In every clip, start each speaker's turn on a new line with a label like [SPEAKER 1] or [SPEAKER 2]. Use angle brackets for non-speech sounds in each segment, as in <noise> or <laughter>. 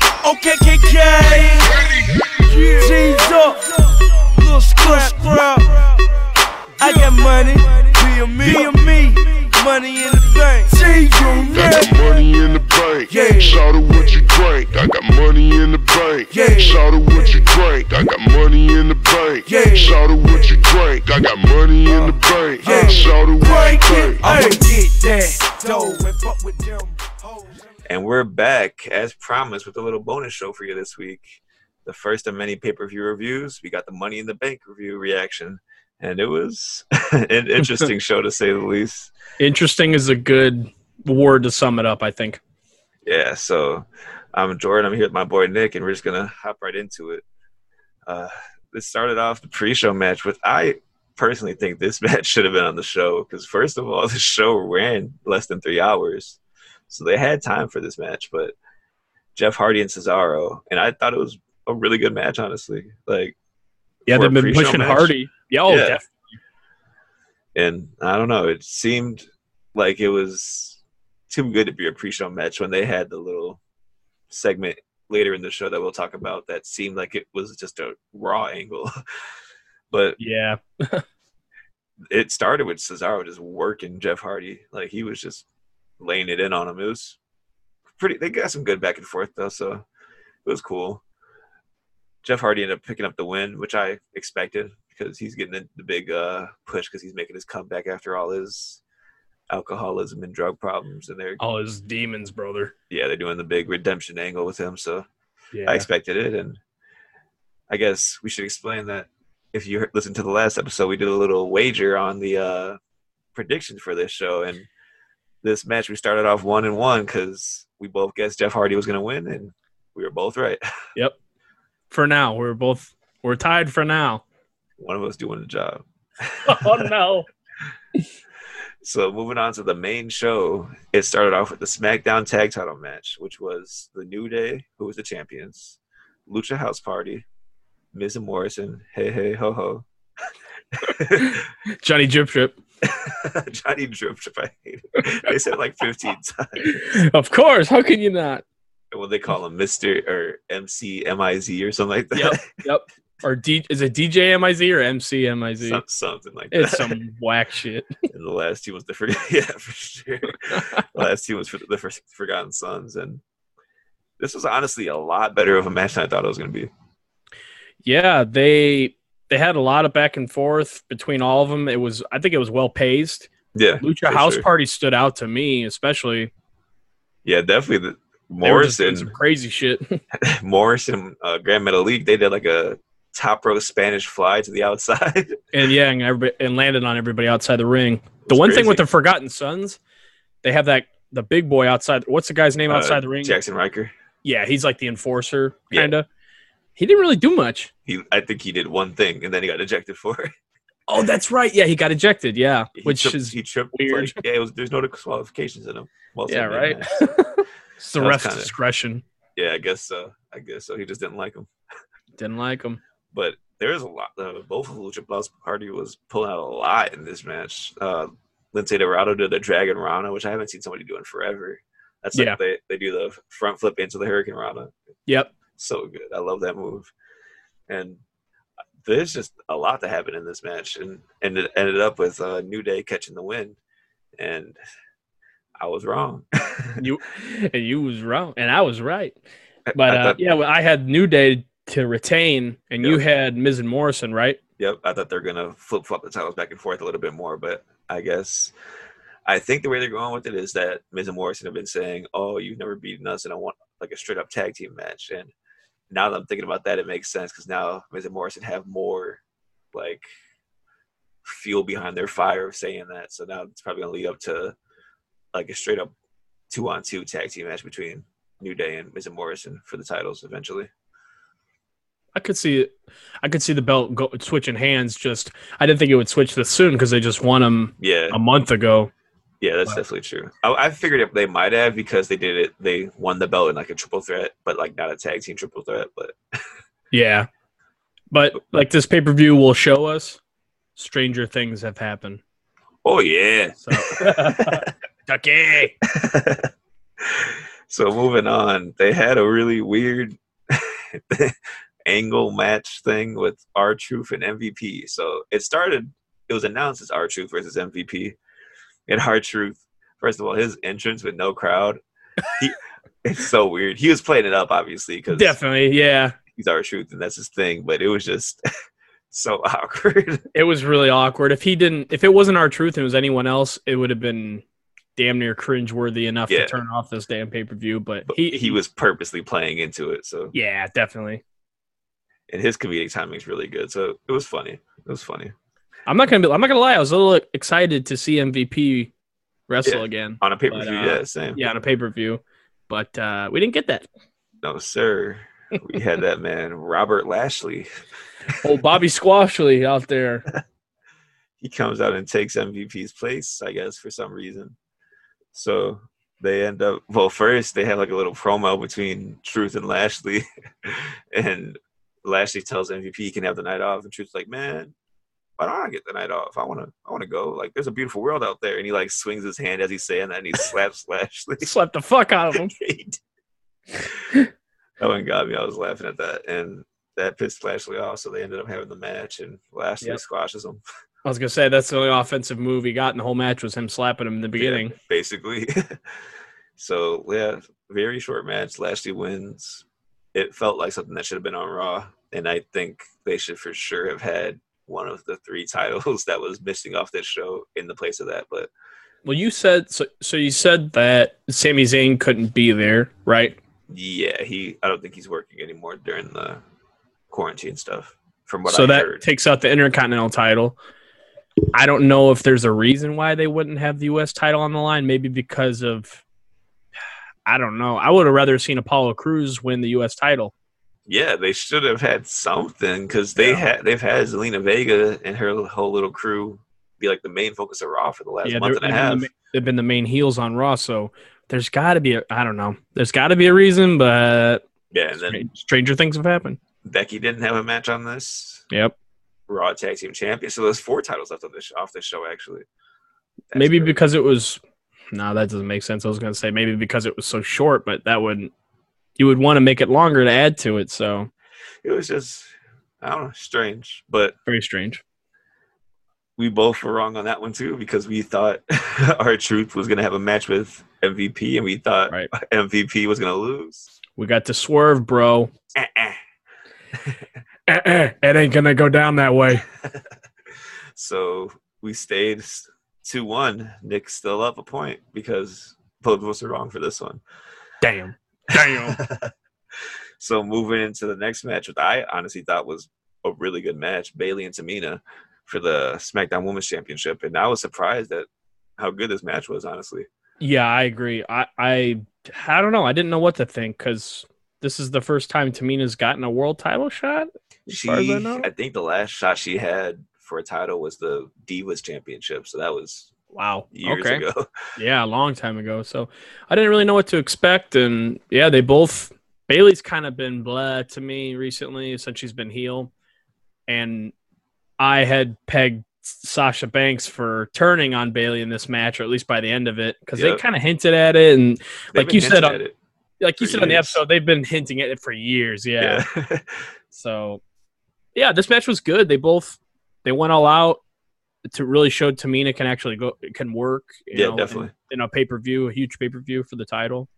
[SPEAKER 1] OKKK. Jeans up, little scrap, scrap. I got money, be a me, be a me. Money in the bank, see you
[SPEAKER 2] Got
[SPEAKER 1] next.
[SPEAKER 2] the money in the bank.
[SPEAKER 1] Yeah.
[SPEAKER 2] Shout out what you drink. I got money in the bank.
[SPEAKER 1] Yeah.
[SPEAKER 2] Shout out what you drink. I got money in the bank.
[SPEAKER 1] Yeah. Uh,
[SPEAKER 2] Shout out what you drink. I got money in the bank.
[SPEAKER 1] Yeah.
[SPEAKER 2] Shout out what you
[SPEAKER 1] Break
[SPEAKER 2] drink.
[SPEAKER 1] it, I'ma get that dough and fuck with them hoes.
[SPEAKER 3] And we're back, as promised, with a little bonus show for you this week. The first of many pay per view reviews. We got the Money in the Bank review reaction, and it was <laughs> an interesting show to say the least.
[SPEAKER 4] Interesting is a good word to sum it up, I think.
[SPEAKER 3] Yeah, so I'm Jordan. I'm here with my boy Nick, and we're just gonna hop right into it. Uh, this started off the pre-show match with I personally think this <laughs> match should have been on the show because first of all, <laughs> the show ran less than three hours, so they had time for this match. But Jeff Hardy and Cesaro, and I thought it was a really good match, honestly. Like,
[SPEAKER 4] Yeah,
[SPEAKER 3] For a
[SPEAKER 4] they've been
[SPEAKER 3] pre-show
[SPEAKER 4] pushing
[SPEAKER 3] match?
[SPEAKER 4] Hardy. Yeah, oh,
[SPEAKER 3] Yeah.
[SPEAKER 4] def-
[SPEAKER 3] and I don't know, it seemed like it was too good to be a pre-show match when they had the little segment later in the show that we'll talk about that seemed like it was just a raw angle. <laughs> but
[SPEAKER 4] yeah.
[SPEAKER 3] it started with Cesaro just working Jeff Hardy. Like he was just laying it in on him. It was pretty they got some good back and forth though, so it was cool. Jeff Hardy ended up picking up the win, which I expected because he's getting the, the big uh, push because he's making his comeback after all his alcoholism and drug problems, and they're
[SPEAKER 4] Oh, his demons, brother.
[SPEAKER 3] yeah they're doing the big redemption angle with him. So
[SPEAKER 4] Yeah.
[SPEAKER 3] I expected it, and I guess we should explain that if you listen to the last episode, we did a little wager on the uh, predictions for this show, and this match we started off one and one because we both guessed Jeff Hardy was going to win, and we were both right. <laughs>
[SPEAKER 4] for now, we're both we're tied for now.
[SPEAKER 3] One of us doing the job.
[SPEAKER 4] <laughs> oh no.
[SPEAKER 3] So moving on to the main show, it started off with the SmackDown Tag Title match, which was the New Day, who was the champions, Lucha House Party, Miz and Morrison, Hey Hey Ho Ho,
[SPEAKER 4] Johnny Jip Trip.
[SPEAKER 3] <laughs> Johnny Drip Trip. I hate it. They said it like fifteen <laughs> times.
[SPEAKER 4] Of course. How can you not?
[SPEAKER 3] What they call him, Mister or MC MIZ or something like that.
[SPEAKER 4] Yep. Yep. Or D is it DJ MIZ or MC
[SPEAKER 3] <laughs>
[SPEAKER 4] MIZ?
[SPEAKER 3] Some- something like that.
[SPEAKER 4] It's some whack shit.
[SPEAKER 3] and the last team was the for- <laughs> yeah for
[SPEAKER 4] <laughs>
[SPEAKER 3] sure. The last team was for the for- Forgotten Sons, and this was honestly a lot better of a match than I thought it was going to be.
[SPEAKER 4] Yeah, they they had a lot of back and forth between all of them. It was I think it was well paced.
[SPEAKER 3] Yeah,
[SPEAKER 4] Lucha
[SPEAKER 3] for
[SPEAKER 4] House
[SPEAKER 3] sure.
[SPEAKER 4] Party stood out to me, especially
[SPEAKER 3] Yeah, definitely. The,
[SPEAKER 4] They were just doing
[SPEAKER 3] Morrison,
[SPEAKER 4] some
[SPEAKER 3] <laughs>
[SPEAKER 4] crazy shit.
[SPEAKER 3] Morrison, uh, Grand Metal League. They did like a top row Spanish fly to the
[SPEAKER 4] <laughs>
[SPEAKER 3] outside. <laughs>
[SPEAKER 4] and yeah, and everybody and landed on everybody outside the ring. The
[SPEAKER 3] was
[SPEAKER 4] one thing with
[SPEAKER 3] crazy.
[SPEAKER 4] the Forgotten Sons, they have that the big boy outside. What's the guy's name
[SPEAKER 3] Uh,
[SPEAKER 4] outside the ring?
[SPEAKER 3] Jackson Riker.
[SPEAKER 4] Yeah, he's like the enforcer,
[SPEAKER 3] Yeah.
[SPEAKER 4] kind of. He didn't really do much.
[SPEAKER 3] He, I think he did one thing, and then he got ejected for it.
[SPEAKER 4] Oh, that's right. Yeah, he got ejected. Yeah,
[SPEAKER 3] He
[SPEAKER 4] which
[SPEAKER 3] tripped-
[SPEAKER 4] is
[SPEAKER 3] he tripped.
[SPEAKER 4] weird.
[SPEAKER 3] Like, yeah, it was, there's no disqualifications in him. Well,
[SPEAKER 4] yeah,
[SPEAKER 3] so, yeah,
[SPEAKER 4] right.
[SPEAKER 3] yeah.
[SPEAKER 4] <laughs> it's the
[SPEAKER 3] That was
[SPEAKER 4] ref's
[SPEAKER 3] kinda-
[SPEAKER 4] discretion.
[SPEAKER 3] Yeah, I guess so. I guess so. He just didn't like him.
[SPEAKER 4] Didn't like him.
[SPEAKER 3] But there is a lot. Uh, both of Lucha Plus Party was pulling out a lot in this match. Uh, Lince Dorado did a Dragon Rana, which I haven't seen somebody do in forever. That's like
[SPEAKER 4] Yeah.
[SPEAKER 3] they, they do the front flip into the Hurricane Rana.
[SPEAKER 4] Yep.
[SPEAKER 3] So good. I love that move. And there's just a lot that happened in this match, and and it ended up with uh, New Day catching the win. And I was wrong.
[SPEAKER 4] <laughs>
[SPEAKER 3] <laughs>
[SPEAKER 4] You and you was wrong, and I was right. But
[SPEAKER 3] I
[SPEAKER 4] uh,
[SPEAKER 3] thought-
[SPEAKER 4] yeah, well, I had New Day to retain, and you
[SPEAKER 3] Yeah.
[SPEAKER 4] had Miz and Morrison, right?
[SPEAKER 3] Yep, I thought they're gonna flip flop the titles back and forth a little bit more, but I guess I think the way they're going with it is that Miz and Morrison have been saying, "Oh, you've never beaten us, and I want like a straight up tag team match." And now that I'm thinking about that, it makes sense because now Miz and Morrison have more like fuel behind their fire of saying that. So now it's probably gonna lead up to like a straight up two on two tag team match between New Day and Miz and Morrison for the titles eventually.
[SPEAKER 4] I could see, I could see the belt go, switching hands. Just I didn't think it would switch this soon because they just won them
[SPEAKER 3] Yeah.
[SPEAKER 4] a month ago.
[SPEAKER 3] Yeah, that's definitely true. I, I figured it, they might have because they did it. They won the belt in like a triple threat, but like not a tag team triple threat. But
[SPEAKER 4] Yeah, but like this pay per view will show us, stranger things have happened.
[SPEAKER 3] <laughs> oh yeah,
[SPEAKER 4] So, Ducky.
[SPEAKER 3] So moving on, they had a really weird <laughs> angle match thing with R Truth and MVP. So it started. It was announced as R Truth versus MVP, and R Truth. First of all, his entrance with no crowd. He, <laughs> it's so weird. He was playing it up, obviously, because
[SPEAKER 4] Definitely, yeah.
[SPEAKER 3] he's our truth and that's his thing. But it was just <laughs> so awkward.
[SPEAKER 4] It was really awkward. If he didn't, if it wasn't our truth and it was anyone else, it would have been damn near cringeworthy enough
[SPEAKER 3] Yeah.
[SPEAKER 4] to turn off this damn pay per view. But
[SPEAKER 3] But
[SPEAKER 4] he,
[SPEAKER 3] he, he was purposely playing into it. So
[SPEAKER 4] yeah, definitely.
[SPEAKER 3] and his comedic timing is really good. So it was funny. It was funny
[SPEAKER 4] I'm not gonna be. I'm not gonna lie. I was a little excited to see MVP wrestle again.
[SPEAKER 3] on a pay per view.
[SPEAKER 4] But, uh,
[SPEAKER 3] yeah, same.
[SPEAKER 4] Yeah, on a pay per view, but uh, we didn't get that.
[SPEAKER 3] No sir. We had that man Robert Lashley.
[SPEAKER 4] Oh, Bobby Squashley out there.
[SPEAKER 3] He comes out and takes MVP's place, I guess, for some reason. So they end up well first they have like a little promo between Truth and Lashley <laughs> and Lashley tells MVP he can have the night off and Truth's like, Man, why don't I get the night off? I wanna I wanna go. Like there's a beautiful world out there. And he like swings his hand as he's saying that and he slaps Lashley. <laughs>
[SPEAKER 4] Slapped the fuck out of him.
[SPEAKER 3] Great. that one got me. I was laughing at that, and that pissed Lashley off. So they ended up having the match, and Lashley
[SPEAKER 4] Yep.
[SPEAKER 3] squashes him.
[SPEAKER 4] I was gonna say that's the only offensive move he got in the whole match was him slapping him in the beginning.
[SPEAKER 3] Yeah, basically. <laughs> so yeah, very short match. Lashley wins. It felt like something that should have been on Raw, and I think they should for sure have had one of the three <laughs> titles that was missing off this show in the place of that. But
[SPEAKER 4] Well, you said so. So you said that Sami Zayn couldn't be there, right?
[SPEAKER 3] yeah, he. I don't think he's working anymore during the quarantine stuff. From what
[SPEAKER 4] so
[SPEAKER 3] I
[SPEAKER 4] that
[SPEAKER 3] heard.
[SPEAKER 4] takes out the Intercontinental title. I don't know if there's a reason why they wouldn't have the U.S. title on the line. Maybe because of <sighs> I don't know. I would have rather seen Apollo Cruz win the U.S. title.
[SPEAKER 3] Yeah, they should have had something because they
[SPEAKER 4] Yeah.
[SPEAKER 3] had they've had Zelina Vega and her whole little crew be like the main focus of Raw for the last
[SPEAKER 4] Yeah,
[SPEAKER 3] month
[SPEAKER 4] they're-
[SPEAKER 3] and a
[SPEAKER 4] they're the
[SPEAKER 3] half.
[SPEAKER 4] ma- They've been the main heels on Raw, so there's got to be a I don't know. There's got to be a reason, but
[SPEAKER 3] Yeah, and then
[SPEAKER 4] stranger things have happened.
[SPEAKER 3] Becky didn't have a match on this
[SPEAKER 4] Yep.
[SPEAKER 3] Raw Tag Team Champion, so there's four titles left on this off this show actually. That's
[SPEAKER 4] maybe
[SPEAKER 3] crazy.
[SPEAKER 4] because it was no that doesn't make sense i was going to say maybe because it was so short but that wouldn't you would want to make it longer to add to it so
[SPEAKER 3] it was just I don't know strange, but
[SPEAKER 4] very strange
[SPEAKER 3] we both were wrong on that one too because we thought <laughs> our truth was gonna have a match with MVP and we thought <laughs>
[SPEAKER 4] Right.
[SPEAKER 3] MVP was gonna lose.
[SPEAKER 4] we got to swerve bro <clears throat>
[SPEAKER 3] Uh-uh.
[SPEAKER 4] it ain't gonna go down that way
[SPEAKER 3] So we stayed two one. Nick's still up a point because both of us are wrong for this one.
[SPEAKER 4] damn <laughs> damn
[SPEAKER 3] So moving into the next match, which I honestly thought was a really good match, Bailey and Tamina for the SmackDown Women's Championship, and I was surprised at how good this match was. Honestly,
[SPEAKER 4] yeah i agree i i i don't know i didn't know what to think because this is the first time tamina's gotten a world title shot as
[SPEAKER 3] she
[SPEAKER 4] far as i know
[SPEAKER 3] I think the last shot she had for a title was the Divas Championship, so that was
[SPEAKER 4] wow
[SPEAKER 3] years
[SPEAKER 4] okay
[SPEAKER 3] ago. <laughs>
[SPEAKER 4] Yeah, a long time ago. So I didn't really know what to expect. And yeah, they both Bailey's kind of been blah to me recently since she's been heel. And I had pegged Sasha Banks for turning on Bailey in this match, or at least by the end of it, because
[SPEAKER 3] Yep.
[SPEAKER 4] they kind of hinted at it. And
[SPEAKER 3] They've
[SPEAKER 4] Like
[SPEAKER 3] been
[SPEAKER 4] you said,
[SPEAKER 3] hinting
[SPEAKER 4] um, on-
[SPEAKER 3] at it.
[SPEAKER 4] like you
[SPEAKER 3] For
[SPEAKER 4] said on the
[SPEAKER 3] years.
[SPEAKER 4] episode, they've been hinting at it for years. yeah. <laughs>
[SPEAKER 3] yeah.
[SPEAKER 4] So, yeah, this match was good. They both they went all out to really show Tamina can actually go can work. You
[SPEAKER 3] Yeah,
[SPEAKER 4] know, in-
[SPEAKER 3] definitely.
[SPEAKER 4] In, a pay per view, a huge pay per view for the title.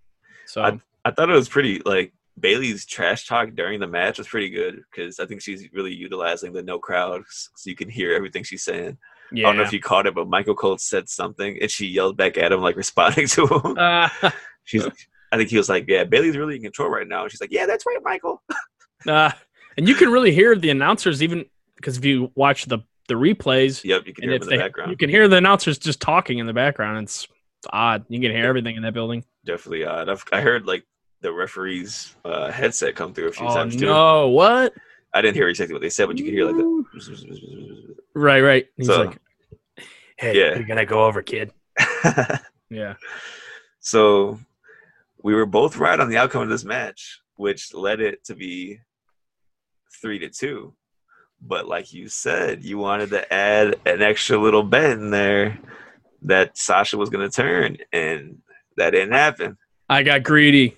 [SPEAKER 4] So
[SPEAKER 3] I thought it was pretty like Bailey's trash talk during the match was pretty good because I think she's really utilizing the no crowd s- so you can hear everything she's saying.
[SPEAKER 4] yeah.
[SPEAKER 3] I don't know if you caught it, but Michael Cole said something and she yelled back at him like <laughs> responding to
[SPEAKER 4] <laughs>
[SPEAKER 3] him.
[SPEAKER 4] Ah,
[SPEAKER 3] she's, I think he was like, "Yeah, Bailey's really in control right now." And she's like, "Yeah, that's right, Michael." <laughs>
[SPEAKER 4] ah. and you can really hear the announcers even because if you watch the the replays
[SPEAKER 3] Yep, you can
[SPEAKER 4] and
[SPEAKER 3] hear him
[SPEAKER 4] if
[SPEAKER 3] in
[SPEAKER 4] they,
[SPEAKER 3] the background.
[SPEAKER 4] you can hear the announcers just talking in the background. It's, it's odd. You can hear everything in that building.
[SPEAKER 3] Definitely odd. I've, I heard like the referee's uh, headset come through a few
[SPEAKER 4] Oh
[SPEAKER 3] times too.
[SPEAKER 4] no! What?
[SPEAKER 3] I didn't hear exactly what they said, but you could hear like the. <laughs>
[SPEAKER 4] Right, right. He's
[SPEAKER 3] So-
[SPEAKER 4] like, "Hey,
[SPEAKER 3] Yeah.
[SPEAKER 4] you're gonna go
[SPEAKER 3] <laughs>
[SPEAKER 4] over, kid." Yeah.
[SPEAKER 3] So we were both right on the outcome of this match, which led it to be three to two. But like you said, you wanted to add an extra little bet in there that Sasha was going to turn, and that didn't happen.
[SPEAKER 4] I got greedy.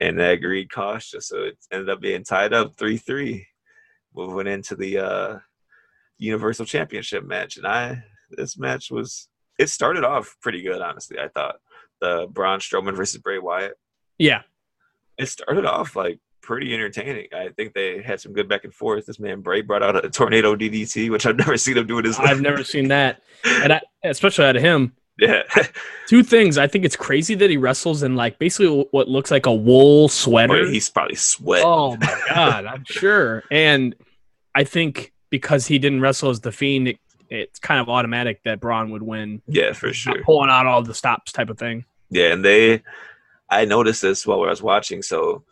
[SPEAKER 3] and that greed cost us. So it ended up being tied up three three, moving into the uh, Universal Championship match. And I this match was it started off pretty good, honestly. I thought the Braun Strowman versus Bray Wyatt.
[SPEAKER 4] Yeah.
[SPEAKER 3] It started off like pretty entertaining. I think they had some good back and forth. This man Bray brought out a tornado DDT, which I've <laughs> never seen him do in his life.
[SPEAKER 4] I've never seen that. And I, especially out of him.
[SPEAKER 3] <laughs> yeah.
[SPEAKER 4] Two things. I think it's crazy that he wrestles in like basically what looks like a wool sweater.
[SPEAKER 3] But he's probably sweat.
[SPEAKER 4] Oh my god, I'm sure. And I think because he didn't wrestle as the fiend, it, it's kind of automatic that Braun would win.
[SPEAKER 3] Yeah, for
[SPEAKER 4] Not
[SPEAKER 3] sure.
[SPEAKER 4] pulling out all the stops type of thing.
[SPEAKER 3] Yeah, and they, I noticed this while I was watching. So,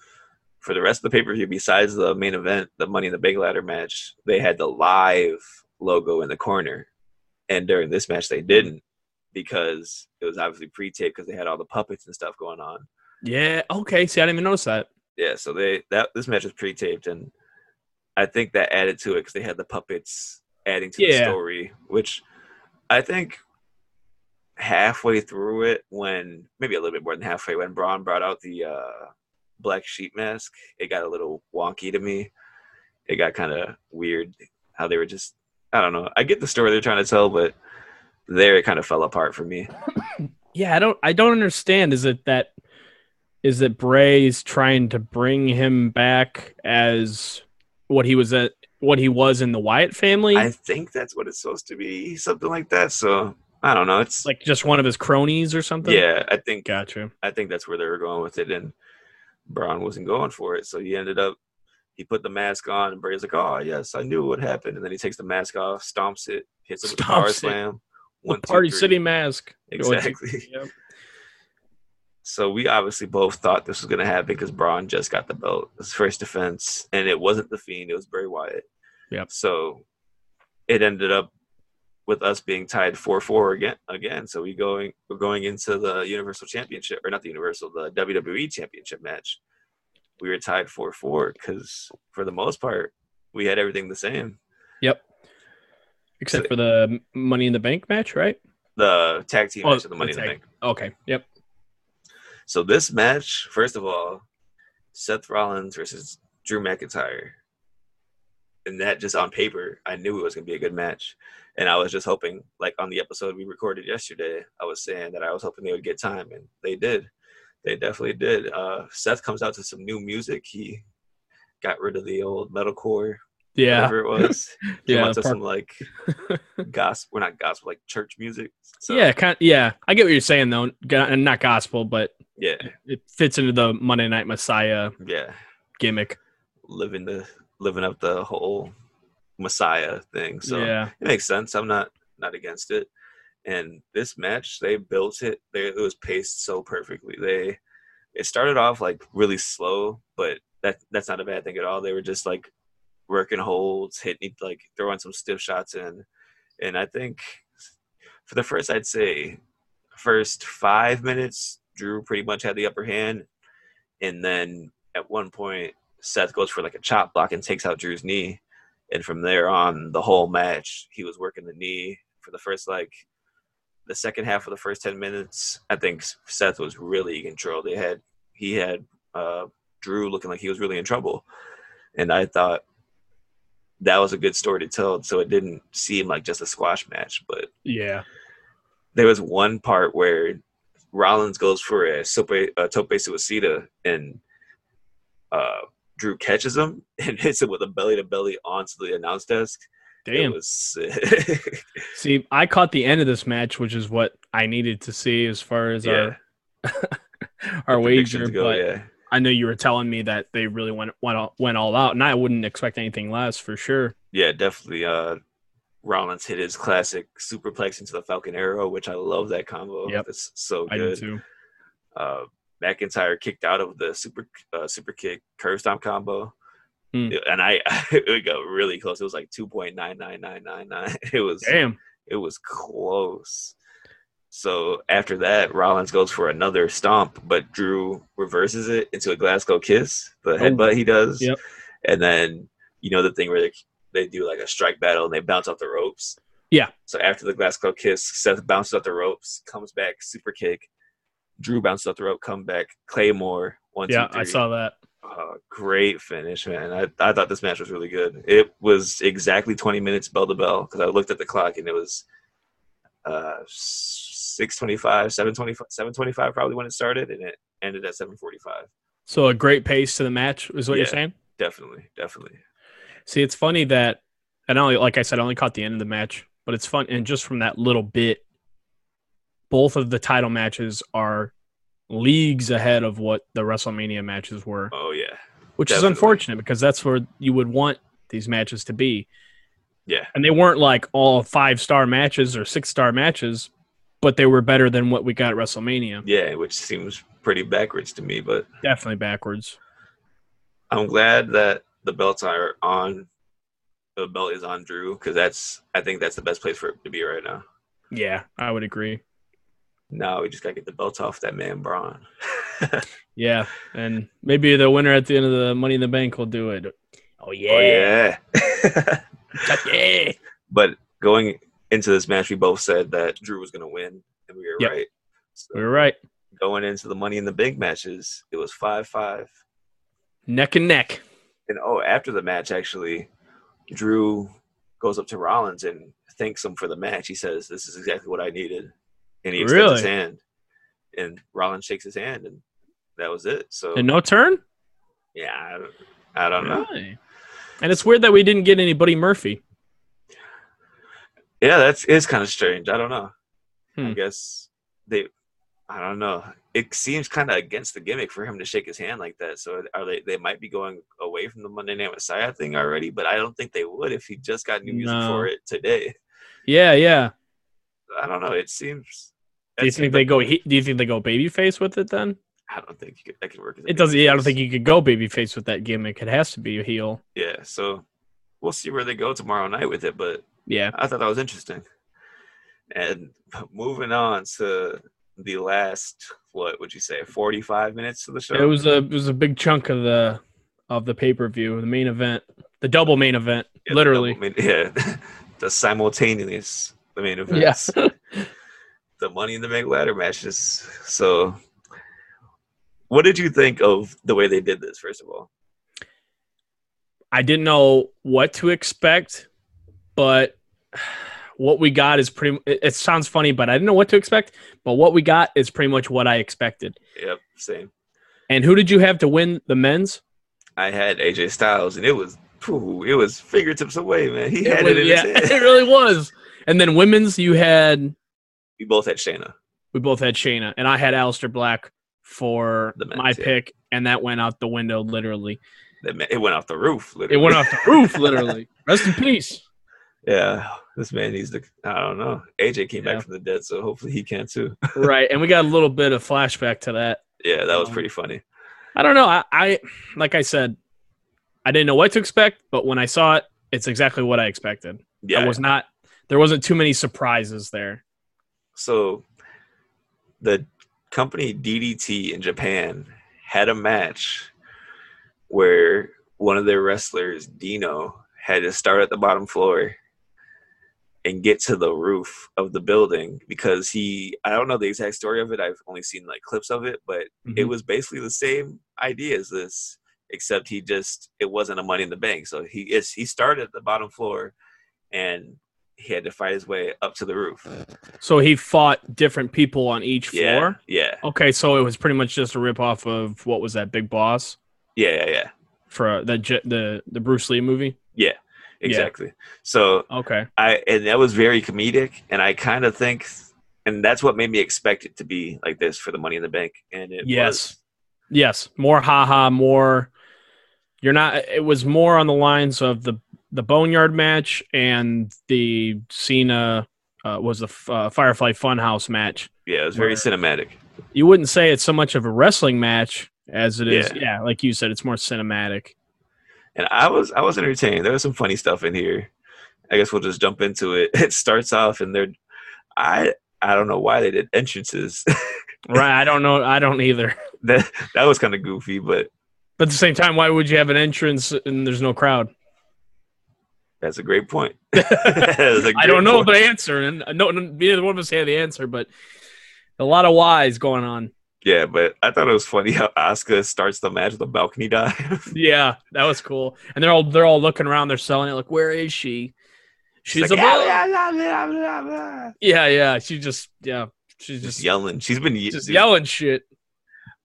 [SPEAKER 3] for the rest of the pay per view, besides the main event, the Money in the Bank ladder match, they had the live logo in the corner, and during this match they didn't because it was obviously pre-taped because they had all the puppets and stuff going on.
[SPEAKER 4] Yeah. Okay. See, I didn't even notice that.
[SPEAKER 3] Yeah, so they that this match was pre-taped, and I think that added to it because they had the puppets adding to the
[SPEAKER 4] Yeah.
[SPEAKER 3] story, which I think halfway through it, when maybe a little bit more than halfway, when Braun brought out the uh, black sheep mask, it got a little wonky to me. It got kind of weird how they were just I don't know. I get the story they're trying to tell, but there it kind of fell apart for me.
[SPEAKER 4] Yeah, I don't. I don't understand. Is it that? Is that Bray's trying to bring him back as what he was at? What he was in the Wyatt family?
[SPEAKER 3] I think that's what it's supposed to be, something like that. So I don't know. It's
[SPEAKER 4] like just one of his cronies or something?
[SPEAKER 3] yeah, I think
[SPEAKER 4] Gotcha.
[SPEAKER 3] I think that's where they were going with it, and Braun wasn't going for it, so he ended up he put the mask on, and Bray's like, "Oh yes, I knew what happened," and then he takes the mask off, stomps it, hits it with a power
[SPEAKER 4] Stomps it.
[SPEAKER 3] slam.
[SPEAKER 4] The
[SPEAKER 3] One two,
[SPEAKER 4] Party
[SPEAKER 3] three.
[SPEAKER 4] City mask.
[SPEAKER 3] exactly.
[SPEAKER 4] Yep.
[SPEAKER 3] So we obviously both thought this was going to happen because Braun just got the belt, his first defense, and it wasn't the Fiend; it was Bray Wyatt.
[SPEAKER 4] Yep.
[SPEAKER 3] So it ended up with us being tied four four again. Again, so we going we're going into the Universal Championship, or not the Universal, the WWE Championship match. We were tied four four because for the most part we had everything the same.
[SPEAKER 4] Except for the Money in the Bank match, right?
[SPEAKER 3] The tag team
[SPEAKER 4] Oh,
[SPEAKER 3] match of the Money
[SPEAKER 4] the
[SPEAKER 3] in the
[SPEAKER 4] tag.
[SPEAKER 3] Bank.
[SPEAKER 4] Okay. Yep.
[SPEAKER 3] So this match, first of all, Seth Rollins versus Drew McIntyre. And that just on paper, I knew it was going to be a good match. And I was just hoping, like on the episode we recorded yesterday, I was saying that I was hoping they would get time, and they did. They definitely did. Uh, Seth comes out to some new music. He got rid of the old metalcore,
[SPEAKER 4] Yeah.
[SPEAKER 3] whatever it
[SPEAKER 4] <laughs>
[SPEAKER 3] was. Came
[SPEAKER 4] Yeah.
[SPEAKER 3] out to
[SPEAKER 4] par-
[SPEAKER 3] some like
[SPEAKER 4] <laughs>
[SPEAKER 3] gospel, we're not gospel, like church music. So,
[SPEAKER 4] yeah. Kind yeah. I get what you're saying though, Go- and not gospel, but
[SPEAKER 3] yeah,
[SPEAKER 4] it fits into the Monday Night Messiah
[SPEAKER 3] yeah.
[SPEAKER 4] gimmick.
[SPEAKER 3] living the living up the whole messiah thing so
[SPEAKER 4] yeah.
[SPEAKER 3] it makes sense i'm not not against it and this match they built it they, it was paced so perfectly they it started off like really slow but that that's not a bad thing at all they were just like working holds hitting like throwing some stiff shots in and i think for the first i'd say first five minutes drew pretty much had the upper hand and then at one point seth goes for like a chop block and takes out drew's knee and from there on the whole match he was working the knee for the first like the second half of the first 10 minutes i think seth was really in control they had he had uh, drew looking like he was really in trouble and i thought that was a good story to tell so it didn't seem like just a squash match but
[SPEAKER 4] Yeah.
[SPEAKER 3] there was one part where Rollins goes for a, sope, a tope suicida and uh, Drew catches him <laughs> and hits him with a belly to belly onto the announce desk. It
[SPEAKER 4] Damn.
[SPEAKER 3] was sick.
[SPEAKER 4] See, I caught the end of this match, which is what I needed to see as far as
[SPEAKER 3] yeah.
[SPEAKER 4] <laughs> our
[SPEAKER 3] <laughs>
[SPEAKER 4] our wager.
[SPEAKER 3] predictions go,
[SPEAKER 4] but
[SPEAKER 3] yeah.
[SPEAKER 4] I know you were telling me that they really went went all, went all out, and I wouldn't expect anything less for sure.
[SPEAKER 3] Yeah, definitely. Uh, Rollins hit his classic superplex into the Falcon Arrow, which I love that combo.
[SPEAKER 4] Yep.
[SPEAKER 3] It's so
[SPEAKER 4] I did
[SPEAKER 3] good.
[SPEAKER 4] too.
[SPEAKER 3] uh, McIntyre kicked out of the super uh, super kick curve stomp combo,
[SPEAKER 4] Hmm.
[SPEAKER 3] and I <laughs> it got really close. It was like two point nine nine nine nine nine. <laughs> It was
[SPEAKER 4] Damn.
[SPEAKER 3] it was close. So after that, Rollins goes for another stomp, but Drew reverses it into a Glasgow kiss, the headbutt he does.
[SPEAKER 4] Oh. Yep.
[SPEAKER 3] And then you know the thing where they, they do like a strike battle and they bounce off the ropes.
[SPEAKER 4] Yeah.
[SPEAKER 3] So after the Glasgow kiss, Seth bounces off the ropes, comes back, super kick, Drew bounced up the rope, comeback, Claymore. One, two,
[SPEAKER 4] yeah, I
[SPEAKER 3] three.
[SPEAKER 4] saw that.
[SPEAKER 3] Uh, great finish, man. I, I thought this match was really good. It was exactly 20 minutes bell to bell because I looked at the clock and it was uh, 625, 725, 725 probably when it started, and it ended at 745.
[SPEAKER 4] So a great pace to the match is what you're
[SPEAKER 3] Yeah.
[SPEAKER 4] saying.
[SPEAKER 3] Definitely, definitely.
[SPEAKER 4] See, it's funny that, and I only like I said, I only caught the end of the match, but it's fun. And just from that little bit, both of the title matches are leagues ahead of what the WrestleMania matches were.
[SPEAKER 3] Oh, yeah.
[SPEAKER 4] which
[SPEAKER 3] Definitely.
[SPEAKER 4] is unfortunate because that's where you would want these matches to be.
[SPEAKER 3] Yeah.
[SPEAKER 4] And they weren't like all five star matches or six star matches, but they were better than what we got at WrestleMania.
[SPEAKER 3] Yeah, which seems pretty backwards to me, but
[SPEAKER 4] Definitely backwards.
[SPEAKER 3] I'm glad that the belts are on. The belt is on Drew because that's, I think that's the best place for it to be right now.
[SPEAKER 4] Yeah, I would agree.
[SPEAKER 3] Now we just got to get the belt off that man, Braun.
[SPEAKER 4] Yeah. And maybe the winner at the end of the Money in the Bank will do it. Oh, yeah.
[SPEAKER 3] Oh yeah.
[SPEAKER 4] yeah.
[SPEAKER 3] <laughs> but going into this match, we both said that Drew was going to win, and we were
[SPEAKER 4] Yep. Mm.
[SPEAKER 3] right.
[SPEAKER 4] We
[SPEAKER 3] So
[SPEAKER 4] were right.
[SPEAKER 3] going into the Money in the Big matches, it was five five,
[SPEAKER 4] Neck and neck.
[SPEAKER 3] and oh, after the match, actually, Drew goes up to Rollins and thanks him for the match. He says, "This is exactly what I needed," and he extends his
[SPEAKER 4] Really?
[SPEAKER 3] hand, and Rollins shakes his hand, and that was it. So
[SPEAKER 4] And no turn?
[SPEAKER 3] yeah, I don't, I don't know.
[SPEAKER 4] Really? And it's weird that we didn't get any Buddy Murphy.
[SPEAKER 3] Yeah, that's is kind of strange. I don't know. I
[SPEAKER 4] Hmm.
[SPEAKER 3] guess they. I don't know. It seems kind of against the gimmick for him to shake his hand like that. So are they? They might be going away from the Monday Night Messiah thing already, but I don't think they would if he just got new music
[SPEAKER 4] No.
[SPEAKER 3] for it today.
[SPEAKER 4] Yeah, yeah.
[SPEAKER 3] I don't know. It seems.
[SPEAKER 4] Do you
[SPEAKER 3] that seems
[SPEAKER 4] think they
[SPEAKER 3] like-
[SPEAKER 4] go? He, do you think they go babyface with it then?
[SPEAKER 3] I don't think you could, that could work. as a
[SPEAKER 4] It doesn't.
[SPEAKER 3] babyface.
[SPEAKER 4] Yeah, I don't think you could go babyface with that gimmick. It has to be a heel.
[SPEAKER 3] Yeah. So we'll see where they go tomorrow night with it, but
[SPEAKER 4] Yeah.
[SPEAKER 3] I thought that was interesting. And moving on to the last, what would you say, forty-five minutes of the show?
[SPEAKER 4] It was a it was a big chunk of the of the pay per view, the main event, the double main event,
[SPEAKER 3] Yeah, the
[SPEAKER 4] literally.
[SPEAKER 3] double main- yeah, <laughs> the simultaneous the main events. the Money in the Bank ladder matches. So, what did you think of the way they did this? First of all,
[SPEAKER 4] <laughs> I didn't know what to expect, but what we got is pretty. It, it sounds funny, but I didn't know what to expect. But what we got is pretty much what I expected.
[SPEAKER 3] yep, same.
[SPEAKER 4] And who did you have to win the men's?
[SPEAKER 3] I had AJ Styles, and it was, phew, it was fingertips away, man. He
[SPEAKER 4] It
[SPEAKER 3] had
[SPEAKER 4] was-
[SPEAKER 3] it in
[SPEAKER 4] yeah, <laughs>
[SPEAKER 3] his
[SPEAKER 4] it
[SPEAKER 3] hand.
[SPEAKER 4] really was. And then women's, you had
[SPEAKER 3] we both had Shayna.
[SPEAKER 4] we both had Shayna, and I had Alistair Black for
[SPEAKER 3] The men's,
[SPEAKER 4] my
[SPEAKER 3] yeah.
[SPEAKER 4] pick, and that went out the window literally.
[SPEAKER 3] That ma- It went off the roof.
[SPEAKER 4] It
[SPEAKER 3] Literally.
[SPEAKER 4] went off the roof literally. Rest in peace.
[SPEAKER 3] yeah, this man needs to. I don't know. AJ came
[SPEAKER 4] Yeah.
[SPEAKER 3] back from the dead, so hopefully he can too. <laughs>
[SPEAKER 4] Right, and we got a little bit of flashback to that.
[SPEAKER 3] yeah, that was
[SPEAKER 4] Um,
[SPEAKER 3] pretty funny.
[SPEAKER 4] I don't know. I, I like I said, I didn't know what to expect, but when I saw it, it's exactly what I expected.
[SPEAKER 3] Yeah,
[SPEAKER 4] I was not. There wasn't too many surprises there.
[SPEAKER 3] so the company DDT in Japan had a match where one of their wrestlers, Dino, had to start at the bottom floor and get to the roof of the building because he I don't know the exact story of it. I've only seen like clips of it, but it was basically the same idea as this, except he just it wasn't a money in the bank. So he is he started at the bottom floor and he had to fight his way up to the roof.
[SPEAKER 4] so he fought different people on each
[SPEAKER 3] Yeah,
[SPEAKER 4] floor.
[SPEAKER 3] Yeah,
[SPEAKER 4] Okay, so it was pretty much just a rip off of what was that Big Boss
[SPEAKER 3] yeah, yeah, yeah,
[SPEAKER 4] for uh, the J- the the Bruce Lee movie?
[SPEAKER 3] exactly. So
[SPEAKER 4] Okay,
[SPEAKER 3] I and that was very comedic, and I kind of think, and that's what made me expect it to be like this for the Money in the Bank, and it
[SPEAKER 4] Yes. Yes, more haha, more. You're not. It was more on the lines of the the boneyard match and the Cena uh, was the F- uh, Firefly Funhouse match.
[SPEAKER 3] was, yeah, it was very
[SPEAKER 4] Where-
[SPEAKER 3] cinematic.
[SPEAKER 4] You wouldn't say it's so much of a wrestling match as it is.
[SPEAKER 3] Yeah.
[SPEAKER 4] Yeah, like you said, it's more cinematic.
[SPEAKER 3] and I was I was entertained. There was some funny stuff in here. I guess we'll just jump into it. <laughs> It starts off and they're I I don't know why they did entrances. <laughs>
[SPEAKER 4] Right. I don't know. I don't either.
[SPEAKER 3] that that was kind of goofy, but
[SPEAKER 4] But at the same time, why would you have an entrance and there's no crowd?
[SPEAKER 3] that's a great
[SPEAKER 4] <laughs>
[SPEAKER 3] point. <laughs> That's a
[SPEAKER 4] I don't
[SPEAKER 3] great
[SPEAKER 4] know
[SPEAKER 3] point.
[SPEAKER 4] the answer, and no, neither one of us had the answer. But a lot of whys going on.
[SPEAKER 3] Yeah, but I thought it was funny how Asuka starts the match with a balcony dive. <laughs>
[SPEAKER 4] Yeah, that was cool. And they're all they're all looking around. They're selling it. Like, where is she? She's
[SPEAKER 3] like,
[SPEAKER 4] above.
[SPEAKER 3] "Ah, blah, blah, blah, blah, blah."
[SPEAKER 4] Yeah, yeah. She just yeah. She's
[SPEAKER 3] Just
[SPEAKER 4] just
[SPEAKER 3] yelling. She's been ye-
[SPEAKER 4] just
[SPEAKER 3] dude,
[SPEAKER 4] yelling shit.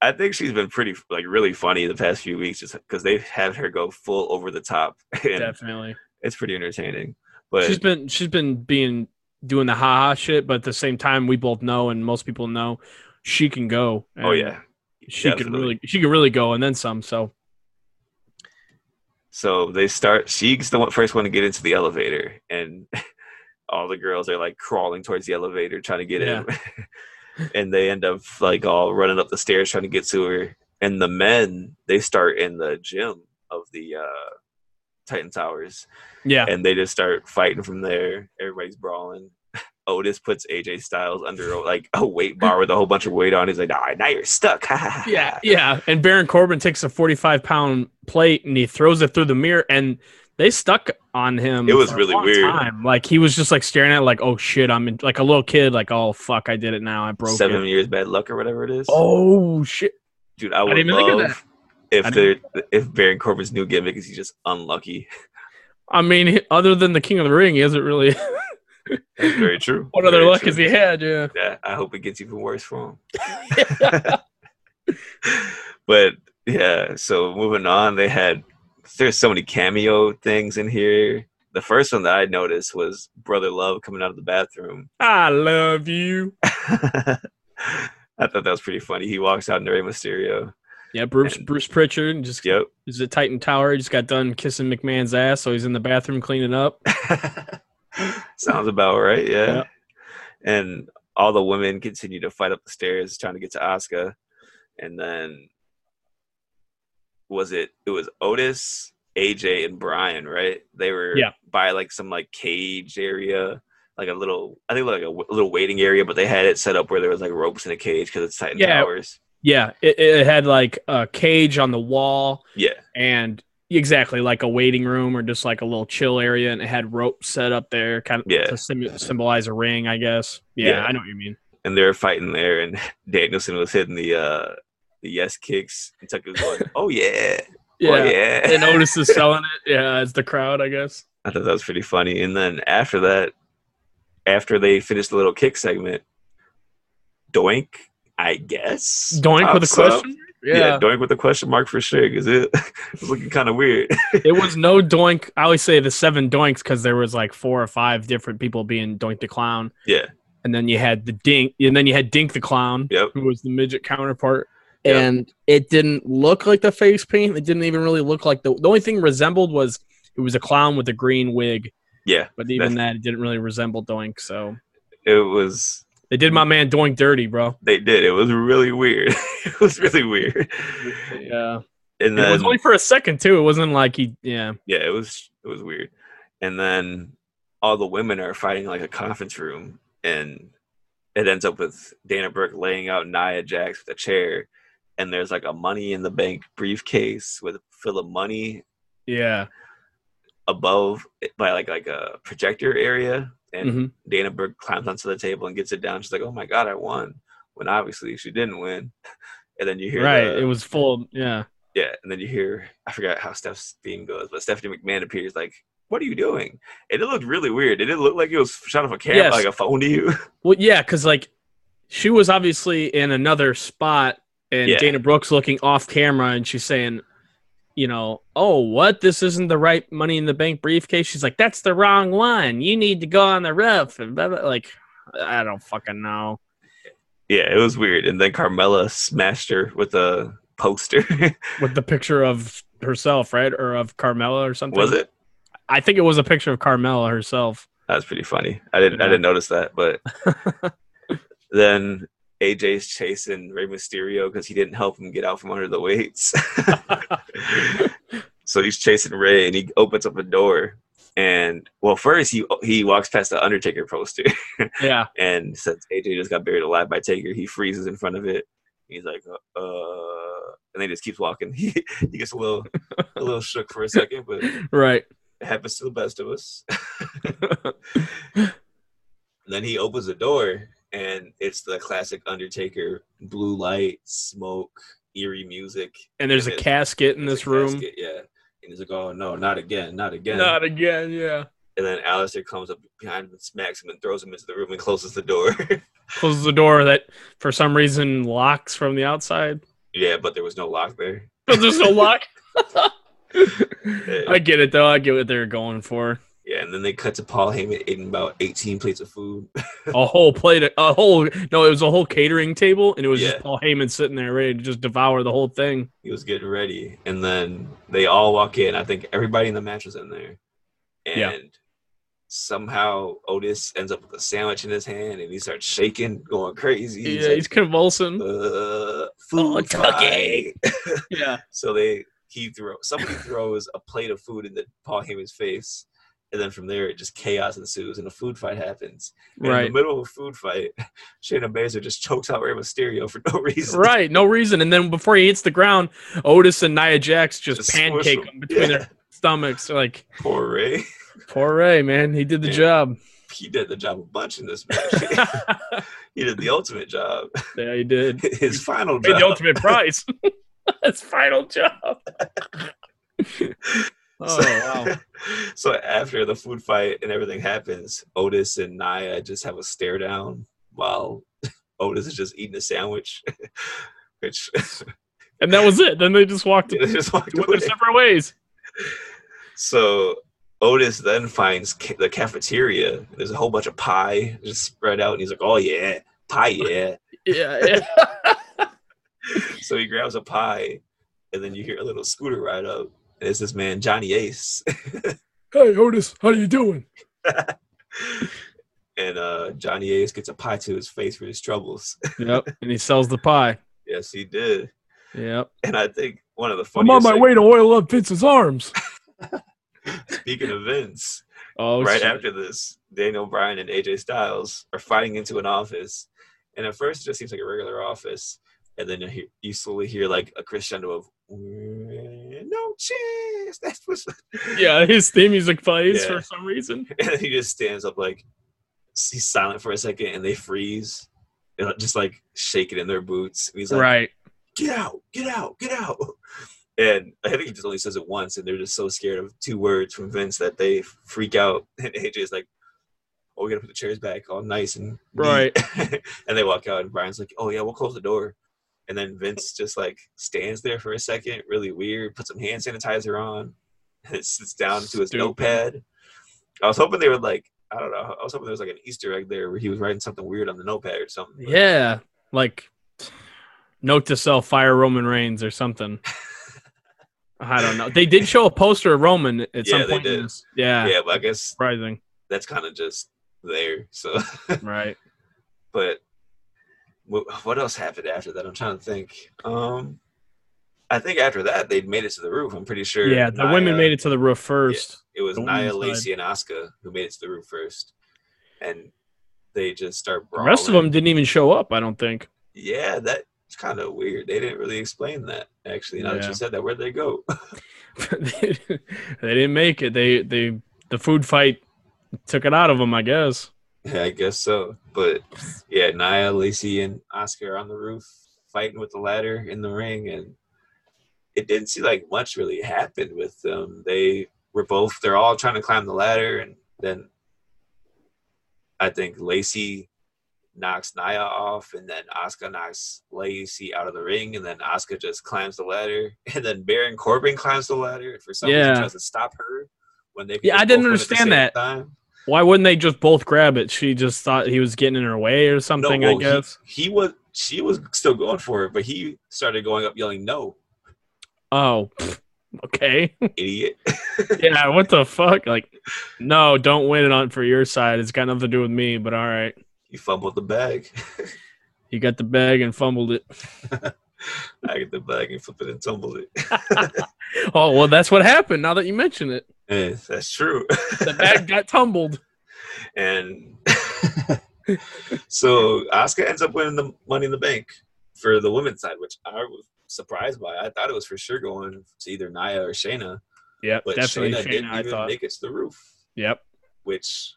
[SPEAKER 3] I think she's been pretty like really funny the past few weeks, just because they've had her go full over the top, <laughs> and
[SPEAKER 4] Definitely.
[SPEAKER 3] it's pretty entertaining. But
[SPEAKER 4] she's been she's been being doing the haha shit, but at the same time, we both know, and most people know, she can go.
[SPEAKER 3] oh
[SPEAKER 4] and
[SPEAKER 3] yeah,
[SPEAKER 4] she can
[SPEAKER 3] absolutely.
[SPEAKER 4] really she can really go, and then some. So
[SPEAKER 3] So they start. She's the one, first one to get into the elevator, and <laughs> all the girls are like crawling towards the elevator trying to get in, <laughs> and they end up like all running up the stairs trying to get to her. And the men they start in the gym of the uh, Titan Towers,
[SPEAKER 4] yeah,
[SPEAKER 3] <laughs> and they just start fighting from there. Everybody's brawling. <laughs> Otis puts AJ Styles under like a weight bar with a whole bunch of weight on. He's like, "All right, now you're stuck." <laughs>
[SPEAKER 4] yeah, yeah. And Baron Corbin takes a forty-five pound plate and he throws it through the mirror, and they stuck on him.
[SPEAKER 3] It was
[SPEAKER 4] for a
[SPEAKER 3] really
[SPEAKER 4] long
[SPEAKER 3] weird.
[SPEAKER 4] time. Like he was just like staring at, it, like, oh shit, I'm in, like a little kid, like, oh fuck, I did it now, I broke
[SPEAKER 3] Seven
[SPEAKER 4] it.
[SPEAKER 3] years bad luck or whatever it is.
[SPEAKER 4] Oh shit.
[SPEAKER 3] Dude, I would
[SPEAKER 4] didn't even
[SPEAKER 3] love
[SPEAKER 4] think of I
[SPEAKER 3] if there if Baron Corbin's new gimmick is he's just
[SPEAKER 4] <laughs>
[SPEAKER 3] unlucky.
[SPEAKER 4] I mean, other than the King of the Ring, he isn't really.
[SPEAKER 3] That's very true.
[SPEAKER 4] what other
[SPEAKER 3] Very
[SPEAKER 4] luck
[SPEAKER 3] true.
[SPEAKER 4] has he had? Yeah.
[SPEAKER 3] Yeah, I hope it gets even worse for him. <laughs> but yeah, so moving on, they had there's so many cameo things in here. The first one that I noticed was Brother Love coming out of the bathroom. <laughs>
[SPEAKER 4] I love you.
[SPEAKER 3] I thought that was pretty funny. He walks out in Rey Mysterio.
[SPEAKER 4] Yeah, Bruce
[SPEAKER 3] And-
[SPEAKER 4] Bruce Pritchard and just
[SPEAKER 3] Yep.
[SPEAKER 4] is at Titan Tower. He just got done kissing McMahon's ass, so he's in the bathroom cleaning up.
[SPEAKER 3] <laughs> Sounds about right, yeah.
[SPEAKER 4] Yeah.
[SPEAKER 3] And all the women continue to fight up the stairs trying to get to Asuka. And then was it it was Otis, AJ, and Brian, right? They were
[SPEAKER 4] Yeah.
[SPEAKER 3] by like some like cage area, like a little I think like a, w- little waiting area, but they had it set up where there was like ropes in a cage because it's Titan
[SPEAKER 4] Yeah.
[SPEAKER 3] Towers.
[SPEAKER 4] Yeah, it, it had like a cage on the wall
[SPEAKER 3] Yeah.
[SPEAKER 4] and exactly like a waiting room or just like a little chill area, and it had ropes set up there, kind of
[SPEAKER 3] Yeah.
[SPEAKER 4] to symbol- symbolize a ring, I guess. Yeah,
[SPEAKER 3] Yeah.
[SPEAKER 4] I know what you mean.
[SPEAKER 3] and they were fighting there, and <laughs> Danielson was hitting the uh the yes kicks, and Tucker was going, "Oh yeah,
[SPEAKER 4] Yeah,
[SPEAKER 3] oh yeah."
[SPEAKER 4] and Otis is selling it. Yeah, as the crowd, I guess.
[SPEAKER 3] I thought that was pretty funny. And then after that, after they finished the little kick segment, Doink, I guess.
[SPEAKER 4] Doink with a
[SPEAKER 3] pops up.
[SPEAKER 4] question.
[SPEAKER 3] Ah, Yeah. Doink with a question mark for sure, because it <laughs> was looking kind of weird. <laughs>
[SPEAKER 4] it was no doink. I always say the seven doinks because there was like four or five different people being doink the clown,
[SPEAKER 3] yeah.
[SPEAKER 4] and then you had the dink, and then you had dink the clown,
[SPEAKER 3] Yep.
[SPEAKER 4] who was the midget counterpart.
[SPEAKER 3] Yep.
[SPEAKER 4] And it didn't look like the face paint. It didn't even really look like the. The only thing resembled was it was a clown with a green wig,
[SPEAKER 3] Yeah.
[SPEAKER 4] but even that it didn't really resemble doink. So
[SPEAKER 3] It was.
[SPEAKER 4] they did my man doink dirty, bro.
[SPEAKER 3] They did. It was really weird. <laughs> it was really weird.
[SPEAKER 4] Yeah,
[SPEAKER 3] And
[SPEAKER 4] And it
[SPEAKER 3] then
[SPEAKER 4] was only for a second too. It wasn't like he. Yeah,
[SPEAKER 3] yeah, it was it was weird. And then all the women are fighting in, like a conference room, and it ends up with Dana Burke laying out Nia Jax with a chair, and there's like a money in the bank briefcase with full of money
[SPEAKER 4] yeah.
[SPEAKER 3] above it by like like a projector area, and
[SPEAKER 4] Mhm.
[SPEAKER 3] Dana Burke climbs onto the table and gets it down. She's like, "Oh my god, I won!" When obviously she didn't win. <laughs> And then you hear
[SPEAKER 4] Right.
[SPEAKER 3] the-
[SPEAKER 4] it was full. Yeah.
[SPEAKER 3] yeah, and then you hear I forgot how Steph's theme goes, but Stephanie McMahon appears like, "What are you doing?" And it looked really weird. It didn't look like it was shot off a camera,
[SPEAKER 4] Yes.
[SPEAKER 3] like a phone to you. <laughs>
[SPEAKER 4] Well, yeah, because like she was obviously in another spot, and
[SPEAKER 3] Yeah.
[SPEAKER 4] Dana Brooks looking off camera, and she's saying, you know, oh, what? This isn't the right Money in the Bank briefcase. She's like, that's the wrong one. You need to go on the roof. And blah, blah. like, I don't fucking know.
[SPEAKER 3] yeah, it was weird. And then Carmella smashed her with a poster. <laughs>
[SPEAKER 4] With the picture of herself, right, or of Carmela or something.
[SPEAKER 3] was it?
[SPEAKER 4] I think it was a picture of Carmela <laughs> herself.
[SPEAKER 3] That was pretty funny. I didn't I
[SPEAKER 4] Yeah.
[SPEAKER 3] didn't notice that,
[SPEAKER 4] <laughs>
[SPEAKER 3] but then AJ's chasing Rey Mysterio because he didn't help him get out from under the weights. <laughs> so he's chasing Ray, and he opens up a door. And well, first he he walks past the Undertaker poster,
[SPEAKER 4] yeah.
[SPEAKER 3] and since AJ just got buried alive by Taker, he freezes in front of it. He's like, uh, uh and then he just keeps walking. <laughs> He he gets a little a little shook for a second, but
[SPEAKER 4] Right.
[SPEAKER 3] it happens <laughs> to the best of us. And then he opens the door, and it's the classic Undertaker blue light, smoke, eerie music.
[SPEAKER 4] And there's a
[SPEAKER 3] It is.
[SPEAKER 4] casket in
[SPEAKER 3] There's
[SPEAKER 4] this
[SPEAKER 3] a
[SPEAKER 4] room.
[SPEAKER 3] casket, yeah. And he's like, "Oh no, not again, not again!"
[SPEAKER 4] Not again, yeah.
[SPEAKER 3] and then Alistair comes up behind him and smacks him and throws him into the room and closes the door. <laughs>
[SPEAKER 4] Closes the door that for some reason locks from the outside.
[SPEAKER 3] yeah, but there was no lock there.
[SPEAKER 4] But there's no lock. I get it though. I get what they're going for.
[SPEAKER 3] Yeah, and then they cut to Paul Heyman eating about 18 plates of food. <laughs>
[SPEAKER 4] A whole plate, of, a whole no, it was a whole catering table, and it was
[SPEAKER 3] Yeah.
[SPEAKER 4] just Paul Heyman sitting there ready to just devour the whole thing.
[SPEAKER 3] he was getting ready, and then they all walk in. I think everybody in the match was in there, and
[SPEAKER 4] Yeah.
[SPEAKER 3] somehow Otis ends up with a sandwich in his hand, and he starts shaking, going crazy.
[SPEAKER 4] yeah, Oh, he's
[SPEAKER 3] <laughs>
[SPEAKER 4] convulsing.
[SPEAKER 3] like, uh, food
[SPEAKER 4] Kentucky."
[SPEAKER 3] fight." <laughs>
[SPEAKER 4] yeah,
[SPEAKER 3] So they he throw somebody throws a plate of food into Paul Heyman's face, and then from there it just chaos ensues, and a food fight happens. And
[SPEAKER 4] right.
[SPEAKER 3] In the middle of a food fight, <laughs> Shayna Baszler just chokes out Rey Mysterio for no <laughs> reason.
[SPEAKER 4] Right, no reason. And then before he hits the ground, Otis and Nia Jax just,
[SPEAKER 3] Just squish
[SPEAKER 4] pancake
[SPEAKER 3] him.
[SPEAKER 4] him between
[SPEAKER 3] Yeah.
[SPEAKER 4] their stomachs. They're like,
[SPEAKER 3] Poor Ray.
[SPEAKER 4] poor Ray, man, he did the
[SPEAKER 3] Yeah.
[SPEAKER 4] job.
[SPEAKER 3] <laughs> He did the job a bunch in this match. <laughs> he did the ultimate job. <laughs>
[SPEAKER 4] yeah, he did.
[SPEAKER 3] His final
[SPEAKER 4] Paid the
[SPEAKER 3] job.
[SPEAKER 4] <laughs> ultimate prize. That's
[SPEAKER 3] <laughs>
[SPEAKER 4] final job. oh
[SPEAKER 3] so,
[SPEAKER 4] wow!
[SPEAKER 3] so after the food fight and everything happens, Otis and Naya just have a stare down while <laughs> Otis is just eating a sandwich. <laughs> Which <laughs>
[SPEAKER 4] And that was it. Then they just walked.
[SPEAKER 3] they just walked
[SPEAKER 4] <laughs> went their
[SPEAKER 3] away.
[SPEAKER 4] separate ways.
[SPEAKER 3] So Otis then finds ca- the cafeteria. There's a whole bunch of pie just spread out, and he's like, "Oh yeah, pie, yeah."
[SPEAKER 4] <laughs> Yeah, yeah.
[SPEAKER 3] so he grabs a pie, and then you hear a little scooter ride up, and it's this man Johnny Ace, <laughs>
[SPEAKER 4] hey Otis, how you doing?
[SPEAKER 3] and uh, Johnny Ace gets a pie to his face for his troubles. <laughs>
[SPEAKER 4] Yep. And he sells the pie.
[SPEAKER 3] yes, he did,
[SPEAKER 4] Yep.
[SPEAKER 3] and I think one of the funniest.
[SPEAKER 4] to oil up Vince's arms.
[SPEAKER 3] seg- Speaking of Vince,
[SPEAKER 4] <laughs> Oh,
[SPEAKER 3] right
[SPEAKER 4] shit.
[SPEAKER 3] after this, Daniel Bryan and AJ Styles are fighting into an office, and at first it just seems like a regular office, and then you, hear, you slowly hear like a crescendo of "No chance." <laughs> That's what's
[SPEAKER 4] Yeah, his theme music plays
[SPEAKER 3] Yeah.
[SPEAKER 4] for some reason.
[SPEAKER 3] and then <laughs> he just stands up like s- he's silent for a second, and they freeze, and just like shaking in their boots. And he's like,
[SPEAKER 4] Right.
[SPEAKER 3] "Get out! Get out! Get out!" And I think he just only says it once, and they're just so scared of two words from Vince that they freak out. <laughs> And AJ's like, "Oh, we gotta put the chairs back, all nice and neat."
[SPEAKER 4] Right.
[SPEAKER 3] <laughs> and they walk out, and Brian's like, "Oh yeah, we'll close the door." And then Vince just like stands there for a second, really weird, puts some hand sanitizer on, <laughs> and sits down to his
[SPEAKER 4] Stupid.
[SPEAKER 3] notepad. I was hoping they would like, I don't know, I was hoping there was like an Easter egg there where he was writing something weird on the notepad or something. but-
[SPEAKER 4] Yeah. Like note to self fire Roman Reigns
[SPEAKER 3] <laughs>
[SPEAKER 4] or something. I don't know. They did show a poster of Roman at
[SPEAKER 3] Yeah,
[SPEAKER 4] some
[SPEAKER 3] they
[SPEAKER 4] point. in
[SPEAKER 3] did.
[SPEAKER 4] this. Yeah.
[SPEAKER 3] yeah, but I guess
[SPEAKER 4] Surprising.
[SPEAKER 3] that's kind of just there. So, <laughs>
[SPEAKER 4] Right.
[SPEAKER 3] but wh- what else happened after that? I'm trying to think. Um, I think after that they made it to the roof. I'm pretty sure.
[SPEAKER 4] Yeah. The women
[SPEAKER 3] uh,
[SPEAKER 4] made it to the roof first.
[SPEAKER 3] It was
[SPEAKER 4] the
[SPEAKER 3] Nia,
[SPEAKER 4] women's side.
[SPEAKER 3] Lacey, and Asuka who made it to the roof first, and they just start
[SPEAKER 4] The
[SPEAKER 3] brawling.
[SPEAKER 4] rest of them didn't even show up, I don't think. <laughs>
[SPEAKER 3] Yeah, that's kind of weird. They didn't really explain that. Actually, now that
[SPEAKER 4] Yeah.
[SPEAKER 3] you said that, where'd they go?
[SPEAKER 4] they didn't make it. They they the food fight took it out of them, I guess.
[SPEAKER 3] Yeah, I guess so. But yeah, Nia, Lacey, and Oscar are on the roof fighting with the ladder in the ring, and it didn't seem like much really happened with them. They were both they're all trying to climb the ladder, and then I think Lacey knocks Nia off, and then Oscar knocks Lacey out of the ring, and then Oscar just climbs the ladder, <laughs> and then Baron Corbin climbs the ladder, and for some
[SPEAKER 4] Yeah.
[SPEAKER 3] reason tries to stop her when they.
[SPEAKER 4] Yeah,
[SPEAKER 3] they
[SPEAKER 4] I didn't
[SPEAKER 3] both went at the
[SPEAKER 4] understand
[SPEAKER 3] same
[SPEAKER 4] that.
[SPEAKER 3] time.
[SPEAKER 4] Why wouldn't they just both grab it? She just thought he was getting in her way or something,
[SPEAKER 3] well,
[SPEAKER 4] I
[SPEAKER 3] he-
[SPEAKER 4] guess.
[SPEAKER 3] He, was she was still going for it, but he started going up yelling, No,
[SPEAKER 4] Oh. <laughs> Okay. <laughs>
[SPEAKER 3] idiot.
[SPEAKER 4] yeah, what the fuck? Like, no, don't win it on for your side. It's got nothing to do with me, but all right.
[SPEAKER 3] He fumbled the bag. <laughs>
[SPEAKER 4] You got the bag and fumbled it. <laughs>
[SPEAKER 3] I get the bag and flip it and tumbled it.
[SPEAKER 4] Oh, well, that's what happened now that you mention it.
[SPEAKER 3] Eh, that's true. <laughs>
[SPEAKER 4] The bag got tumbled. <laughs>
[SPEAKER 3] and so Asuka ends up winning the money in the bank for the women's side, which I was surprised by. I thought it was for sure going to either Naya or Shayna,
[SPEAKER 4] Yep,
[SPEAKER 3] but
[SPEAKER 4] definitely.
[SPEAKER 3] Shayna,
[SPEAKER 4] Shayna,
[SPEAKER 3] didn't
[SPEAKER 4] I
[SPEAKER 3] even
[SPEAKER 4] thought.
[SPEAKER 3] make it to the roof.
[SPEAKER 4] Yep.
[SPEAKER 3] which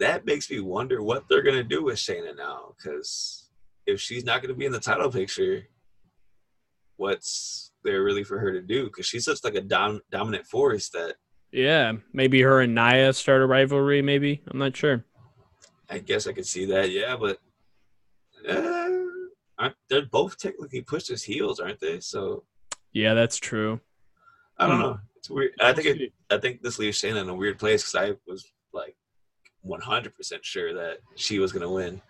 [SPEAKER 3] that makes me wonder what they're gonna do with Shayna now, because if she's not gonna be in the title picture, what's there really for her to do? Because she's such like a dom- dominant force that
[SPEAKER 4] Yeah, maybe her and Nia start a rivalry. Maybe I'm not sure.
[SPEAKER 3] I guess I could see that. Yeah, but uh, aren't, they're both technically pushed as heels, aren't they? So
[SPEAKER 4] Yeah, that's true.
[SPEAKER 3] I don't
[SPEAKER 4] Hmm.
[SPEAKER 3] know. It's weird. I think it,
[SPEAKER 4] We'll see.
[SPEAKER 3] I think this leaves Shayna in a weird place because I was like 100% sure that she was gonna win,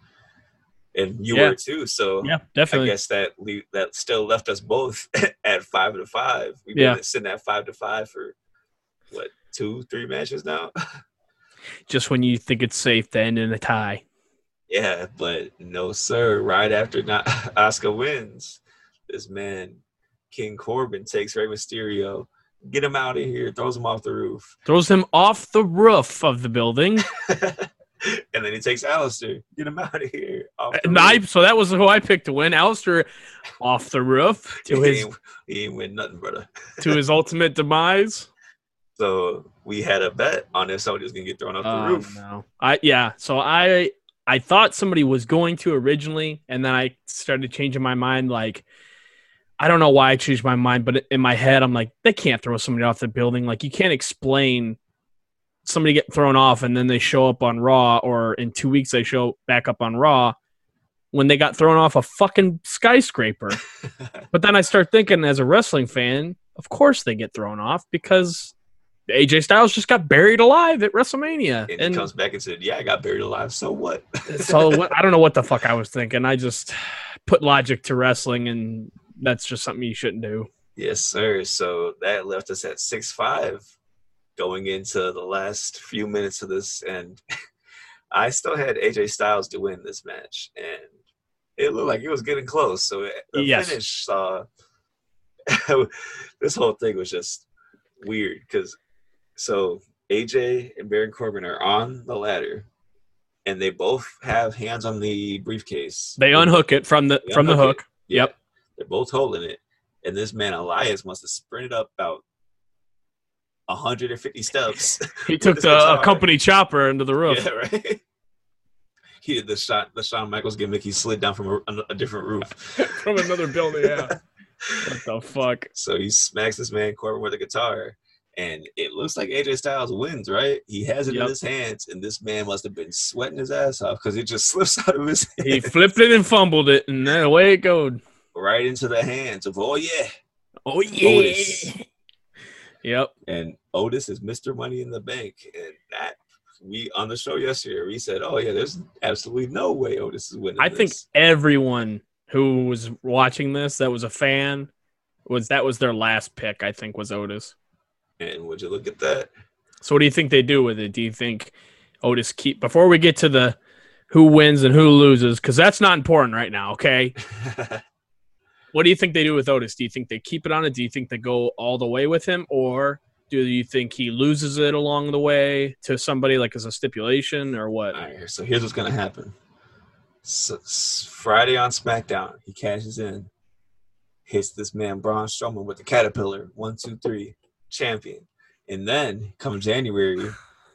[SPEAKER 3] and you
[SPEAKER 4] Yeah.
[SPEAKER 3] were too. So
[SPEAKER 4] yeah,
[SPEAKER 3] I
[SPEAKER 4] definitely.
[SPEAKER 3] guess that le- that still left us both <laughs> at five to five. We've
[SPEAKER 4] Yeah.
[SPEAKER 3] been sitting at five to five for what two, three matches now. <laughs>
[SPEAKER 4] Just when you think it's safe to end in a tie.
[SPEAKER 3] yeah, but no, sir. Right after <laughs> not Oscar wins, this man King Corbin takes Rey Mysterio, get him out of here, throws him off the roof,
[SPEAKER 4] Throws him off the roof of the building.
[SPEAKER 3] <laughs> and then he takes Alistair, get him out of here. off the
[SPEAKER 4] And I,
[SPEAKER 3] roof.
[SPEAKER 4] so that was who I picked to win. Alistair off the roof to
[SPEAKER 3] he,
[SPEAKER 4] his
[SPEAKER 3] ain't, he ain't win nothing, brother.
[SPEAKER 4] to his ultimate demise.
[SPEAKER 3] So we had a bet on if somebody was gonna get thrown off the
[SPEAKER 4] Oh,
[SPEAKER 3] roof.
[SPEAKER 4] No. I yeah. So I I thought somebody was going to originally, and then I started changing my mind. Like I don't know why I changed my mind, but in my head I'm like, they can't throw somebody off the building. Like you can't explain somebody get thrown off and then they show up on Raw, or in two weeks they show back up on Raw when they got thrown off a fucking
[SPEAKER 3] <laughs>
[SPEAKER 4] skyscraper. but then I start thinking, as a wrestling fan, of course they get thrown off because. AJ Styles just got buried alive at WrestleMania,
[SPEAKER 3] and, he comes back and said, "Yeah, I got buried alive. So what?"
[SPEAKER 4] so what, I don't know what the fuck I was thinking. I just put logic to wrestling, and that's just something you shouldn't do.
[SPEAKER 3] yes, sir. So that left us at six five, going into the last few minutes of this, and <laughs> I still had AJ Styles to win this match, and it looked like it was getting close. So it- the
[SPEAKER 4] Yes.
[SPEAKER 3] finish, uh, <laughs> this whole thing was just weird because so AJ and Baron Corbin are on the ladder. And they both have hands on the briefcase.
[SPEAKER 4] They unhook it from the
[SPEAKER 3] They
[SPEAKER 4] from the
[SPEAKER 3] unhook
[SPEAKER 4] hook. <laughs> Yep.
[SPEAKER 3] They're both holding it. And this man Elias must have sprinted up about 150 steps.
[SPEAKER 4] He took
[SPEAKER 3] It's
[SPEAKER 4] the uh,
[SPEAKER 3] guitar.
[SPEAKER 4] company chopper into the
[SPEAKER 3] <laughs>
[SPEAKER 4] roof.
[SPEAKER 3] yeah, right. He did the shot the Shawn Michaels gimmick. He slid down from a, a different roof.
[SPEAKER 4] From another building, yeah. <laughs> what the fuck?
[SPEAKER 3] so he smacks this man Corbin with a guitar. And it looks like AJ Styles wins, right? He has it in
[SPEAKER 4] Yep.
[SPEAKER 3] his hands, and this man must have been sweating his ass off because it just <laughs> slips out of his hand
[SPEAKER 4] He flipped it and fumbled it, and then away it goes.
[SPEAKER 3] right into the hands of, oh, yeah,
[SPEAKER 4] Oh
[SPEAKER 3] Otis.
[SPEAKER 4] Yep.
[SPEAKER 3] and Otis is Mr. Money in the Bank. And that we on the show yesterday, we said, "Oh yeah, there's absolutely no way Otis is winning."
[SPEAKER 4] I think
[SPEAKER 3] this."
[SPEAKER 4] everyone who was watching this that was a fan was that was their last pick. I think was Otis.
[SPEAKER 3] And would you look at that? <laughs>
[SPEAKER 4] So what do you think they do with it? Do you think Otis keep before we get to the who wins and who loses cuz that's not important right
[SPEAKER 3] <laughs>
[SPEAKER 4] now, okay? What do you think they do with Otis? Do you think they keep it on it? Do you think they go all the way with him or do you think he loses it along the way to somebody like as a stipulation or what?
[SPEAKER 3] All right, so here's what's gonna happen. So, s- Friday on SmackDown, he cashes in, hits this man Braun Strowman with the Caterpillar, one, two, three, champion. And then come January,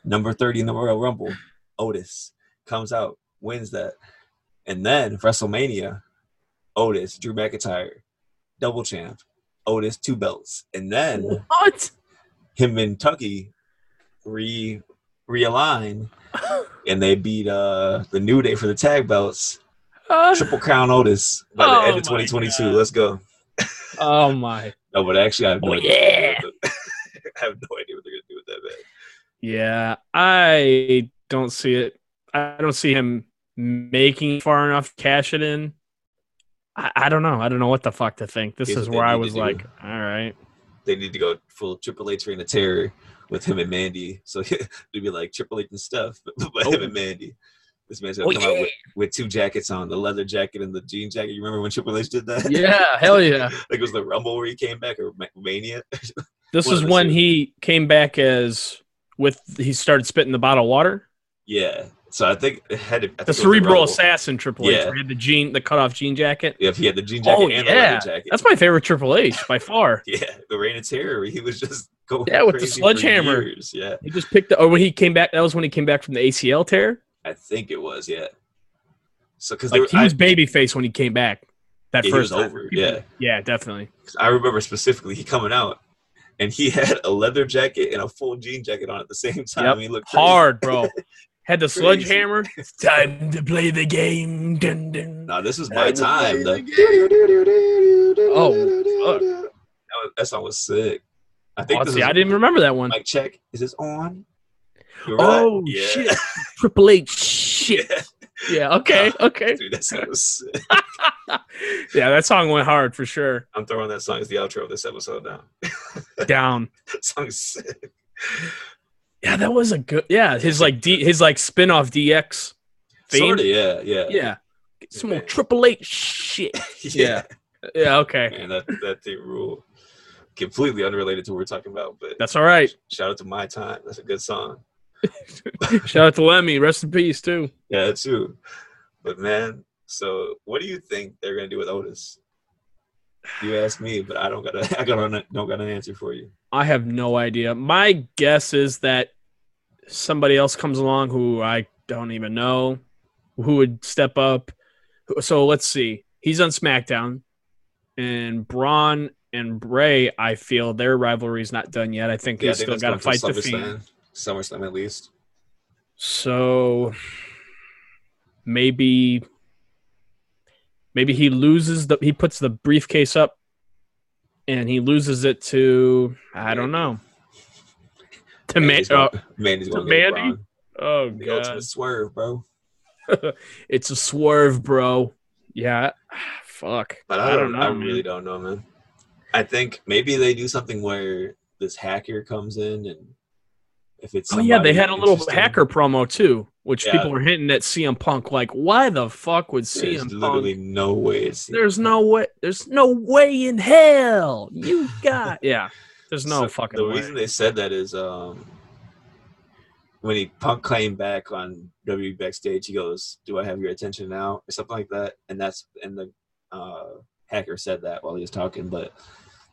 [SPEAKER 3] number thirty in the Royal Rumble, Otis comes out, wins that, and then WrestleMania, Otis, Drew McIntyre, double champ, Otis, two belts, and then
[SPEAKER 4] What?
[SPEAKER 3] him and Tucky re realign and they beat uh the New Day for the tag belts.
[SPEAKER 4] Uh,
[SPEAKER 3] Triple Crown Otis by the
[SPEAKER 4] Oh
[SPEAKER 3] end of
[SPEAKER 4] my
[SPEAKER 3] 2022.
[SPEAKER 4] God.
[SPEAKER 3] Let's go.
[SPEAKER 4] oh my.
[SPEAKER 3] No, but actually, I have no
[SPEAKER 4] Oh,
[SPEAKER 3] idea. <laughs> I have no idea what they're gonna do with that man.
[SPEAKER 4] Yeah, I don't see it. I don't see him making far enough to cash it in. I, I don't know. I don't know what the fuck to think. This
[SPEAKER 3] Here's
[SPEAKER 4] is
[SPEAKER 3] what they
[SPEAKER 4] where
[SPEAKER 3] need
[SPEAKER 4] I
[SPEAKER 3] to
[SPEAKER 4] was
[SPEAKER 3] do.
[SPEAKER 4] like, all right.
[SPEAKER 3] They need to go full Triple H Reign of Terror with him and Mandy. So <laughs> it'd be like Triple H and stuff, <laughs> but, but him
[SPEAKER 4] Oh.
[SPEAKER 3] and Mandy. This man's gonna
[SPEAKER 4] Oh,
[SPEAKER 3] come out with, with two jackets on, the leather jacket and the jean jacket. You remember when Triple H did that?
[SPEAKER 4] <laughs> Yeah, hell yeah.
[SPEAKER 3] <laughs> like it was the Rumble where he came back or Ma- Mania. <laughs>
[SPEAKER 4] This
[SPEAKER 3] One
[SPEAKER 4] is
[SPEAKER 3] of the
[SPEAKER 4] when
[SPEAKER 3] two.
[SPEAKER 4] he came back as with he started spitting the bottle of water.
[SPEAKER 3] Yeah. So I think it had to, I think it
[SPEAKER 4] The
[SPEAKER 3] was
[SPEAKER 4] cerebral
[SPEAKER 3] Rumble.
[SPEAKER 4] assassin Triple H.
[SPEAKER 3] Yeah.
[SPEAKER 4] where he had the jean, the cutoff jean jacket.
[SPEAKER 3] If he had the jean jacket
[SPEAKER 4] Oh,
[SPEAKER 3] and the
[SPEAKER 4] yeah.
[SPEAKER 3] leather jacket.
[SPEAKER 4] That's my favorite Triple H by far.
[SPEAKER 3] Yeah, the reign of terror. He was just going
[SPEAKER 4] Yeah, with the
[SPEAKER 3] crazy for
[SPEAKER 4] sledgehammer.
[SPEAKER 3] years, Yeah,
[SPEAKER 4] He just picked the. Or when he came back, that was when he came back from the ACL tear.
[SPEAKER 3] I think it was, yeah. So because
[SPEAKER 4] Like he was babyface when he came back. That
[SPEAKER 3] Yeah, he was
[SPEAKER 4] first time.
[SPEAKER 3] over, yeah.
[SPEAKER 4] yeah, <laughs> definitely.
[SPEAKER 3] I remember specifically he coming out and he <laughs> had a leather jacket and a full jean jacket on at the same time.
[SPEAKER 4] Yep.
[SPEAKER 3] He looked crazy.
[SPEAKER 4] Hard, bro. Had the
[SPEAKER 3] Crazy.
[SPEAKER 4] sledgehammer. <laughs> It's time to play the game. Dun, dun.
[SPEAKER 3] Nah, this was my time. though.
[SPEAKER 4] Oh,
[SPEAKER 3] That, was, that song was sick. I think
[SPEAKER 4] Oh,
[SPEAKER 3] this
[SPEAKER 4] see,
[SPEAKER 3] was
[SPEAKER 4] I didn't remember that one.
[SPEAKER 3] Mike check. Is this on? You're right.
[SPEAKER 4] oh
[SPEAKER 3] Yeah.
[SPEAKER 4] shit! <laughs> Triple H. Shit.
[SPEAKER 3] Yeah.
[SPEAKER 4] Yeah. <laughs> Okay. Okay.
[SPEAKER 3] Dude, that song was sick.
[SPEAKER 4] yeah, that song went hard for sure.
[SPEAKER 3] I'm throwing that song as the outro of this episode now. <laughs>
[SPEAKER 4] Down.
[SPEAKER 3] that song's sick.
[SPEAKER 4] Yeah, that was a good. Yeah, his like D, his like spin-off DX. Theme?
[SPEAKER 3] Sorta, yeah, yeah. <laughs>
[SPEAKER 4] Yeah. Get some more
[SPEAKER 3] Yeah.
[SPEAKER 4] Triple H shit. Yeah. Yeah. Okay.
[SPEAKER 3] And that, that thing rule. Completely unrelated to what we're talking about, but
[SPEAKER 4] That's all right.
[SPEAKER 3] shout out to My Time. That's a good song.
[SPEAKER 4] Shout out to Lemmy. Rest in peace too.
[SPEAKER 3] Yeah, too. But man, so what do you think they're gonna do with Otis? You ask me, but I don't got a, <laughs> I got an, don't got an answer for you.
[SPEAKER 4] I have no idea. My guess is that somebody else comes along who I don't even know who would step up. So let's see. He's on SmackDown, and Braun and Bray. I feel their rivalry's not done yet. I think
[SPEAKER 3] Yeah, I
[SPEAKER 4] he's
[SPEAKER 3] think
[SPEAKER 4] still
[SPEAKER 3] that's
[SPEAKER 4] got
[SPEAKER 3] going
[SPEAKER 4] to fight
[SPEAKER 3] to
[SPEAKER 4] the Fiend.
[SPEAKER 3] SummerSlam, SummerSlam at least.
[SPEAKER 4] So maybe maybe he loses the he puts the briefcase up and he loses it to I don't know. To man,
[SPEAKER 3] Mandy's
[SPEAKER 4] oh,
[SPEAKER 3] gonna- Mandy's
[SPEAKER 4] to
[SPEAKER 3] gonna get
[SPEAKER 4] Mandy?
[SPEAKER 3] Braun. <laughs>
[SPEAKER 4] oh
[SPEAKER 3] The
[SPEAKER 4] god.
[SPEAKER 3] ultimate swerve, bro.
[SPEAKER 4] It's a swerve, bro. Yeah. <sighs> Fuck.
[SPEAKER 3] But I don't, I
[SPEAKER 4] man. Oh,
[SPEAKER 3] really don't know, man. I think maybe they do something where this hacker comes in and if it's
[SPEAKER 4] Oh yeah, they
[SPEAKER 3] somebody
[SPEAKER 4] had a little
[SPEAKER 3] interesting-
[SPEAKER 4] hacker promo too, which
[SPEAKER 3] Yeah.
[SPEAKER 4] people were hinting at CM Punk like, why the fuck would
[SPEAKER 3] There's
[SPEAKER 4] CM Punk
[SPEAKER 3] literally no way it's
[SPEAKER 4] There's no way. There's no way in hell you got. <laughs> yeah. There's no
[SPEAKER 3] So,
[SPEAKER 4] fucking
[SPEAKER 3] The
[SPEAKER 4] way.
[SPEAKER 3] reason they said that is um, when he punk came back on WWE backstage, he goes, "Do I have your attention now?" or something like that, and that's and the uh, hacker said that while he was talking. But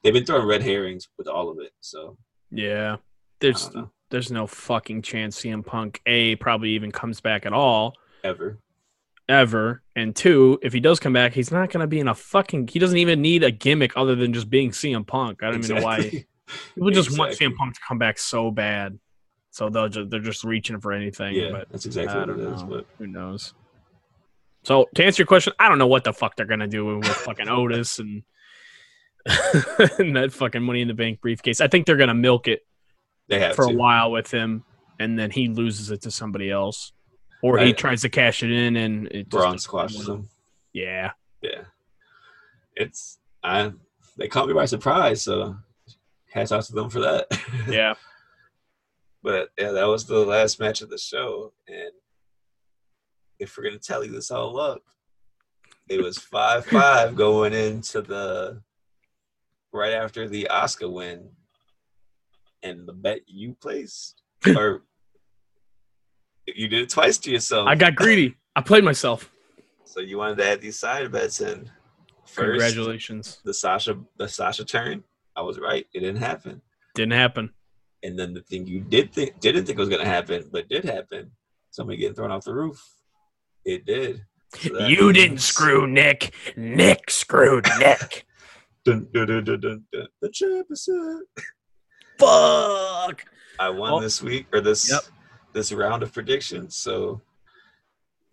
[SPEAKER 3] they've been throwing red herrings with all of it, so
[SPEAKER 4] yeah.
[SPEAKER 3] I
[SPEAKER 4] There's
[SPEAKER 3] don't know
[SPEAKER 4] there's no fucking chance CM Punk a probably even comes back at all
[SPEAKER 3] ever.
[SPEAKER 4] ever. And two, if he does come back, he's not gonna be in a fucking. He doesn't even need a gimmick other than just being CM Punk. I don't even know why
[SPEAKER 3] Exactly.
[SPEAKER 4] people just want
[SPEAKER 3] Exactly.
[SPEAKER 4] CM Punk to come back so bad. So they'll just, they're just reaching
[SPEAKER 3] <laughs>
[SPEAKER 4] for anything.
[SPEAKER 3] Yeah,
[SPEAKER 4] But
[SPEAKER 3] that's exactly
[SPEAKER 4] I
[SPEAKER 3] what it
[SPEAKER 4] don't
[SPEAKER 3] is.
[SPEAKER 4] know.
[SPEAKER 3] But
[SPEAKER 4] Who knows? So to answer your question, I don't know what the fuck they're gonna do with fucking Otis and, <laughs> and that fucking Money in the Bank briefcase. I think they're gonna milk it
[SPEAKER 3] they have
[SPEAKER 4] for
[SPEAKER 3] to.
[SPEAKER 4] a while with him, and then he loses it to somebody else, or he
[SPEAKER 3] Right.
[SPEAKER 4] tries to cash it in and it just
[SPEAKER 3] Braun
[SPEAKER 4] doesn't
[SPEAKER 3] squashes
[SPEAKER 4] work.
[SPEAKER 3] them.
[SPEAKER 4] Yeah,
[SPEAKER 3] Yeah, it's I. They caught me by surprise, so hats off to them for that. <laughs>
[SPEAKER 4] <laughs> yeah.
[SPEAKER 3] But yeah, that was the last match of the show, and if we're gonna tally this all up, it was five five going into the right after the Oscar win, and the bet you
[SPEAKER 4] <laughs>
[SPEAKER 3] placed, or you did it twice to yourself.
[SPEAKER 4] I got greedy. I played myself.
[SPEAKER 3] so you wanted to add these side bets in. <laughs> First,
[SPEAKER 4] Congratulations,
[SPEAKER 3] the Sasha the Sasha turn. I was right; it didn't happen.
[SPEAKER 4] didn't happen.
[SPEAKER 3] and then the thing you did think didn't think was going to happen but did happen somebody getting thrown off the roof it did So that
[SPEAKER 4] You didn't
[SPEAKER 3] means-
[SPEAKER 4] screw Nick. Nick screwed
[SPEAKER 3] <laughs>
[SPEAKER 4] Nick.
[SPEAKER 3] Dun, dun, dun, dun, dun, dun. the champ is up.
[SPEAKER 4] Fuck.
[SPEAKER 3] i won
[SPEAKER 4] Oh.
[SPEAKER 3] this week or this
[SPEAKER 4] Yep.
[SPEAKER 3] this round of predictions so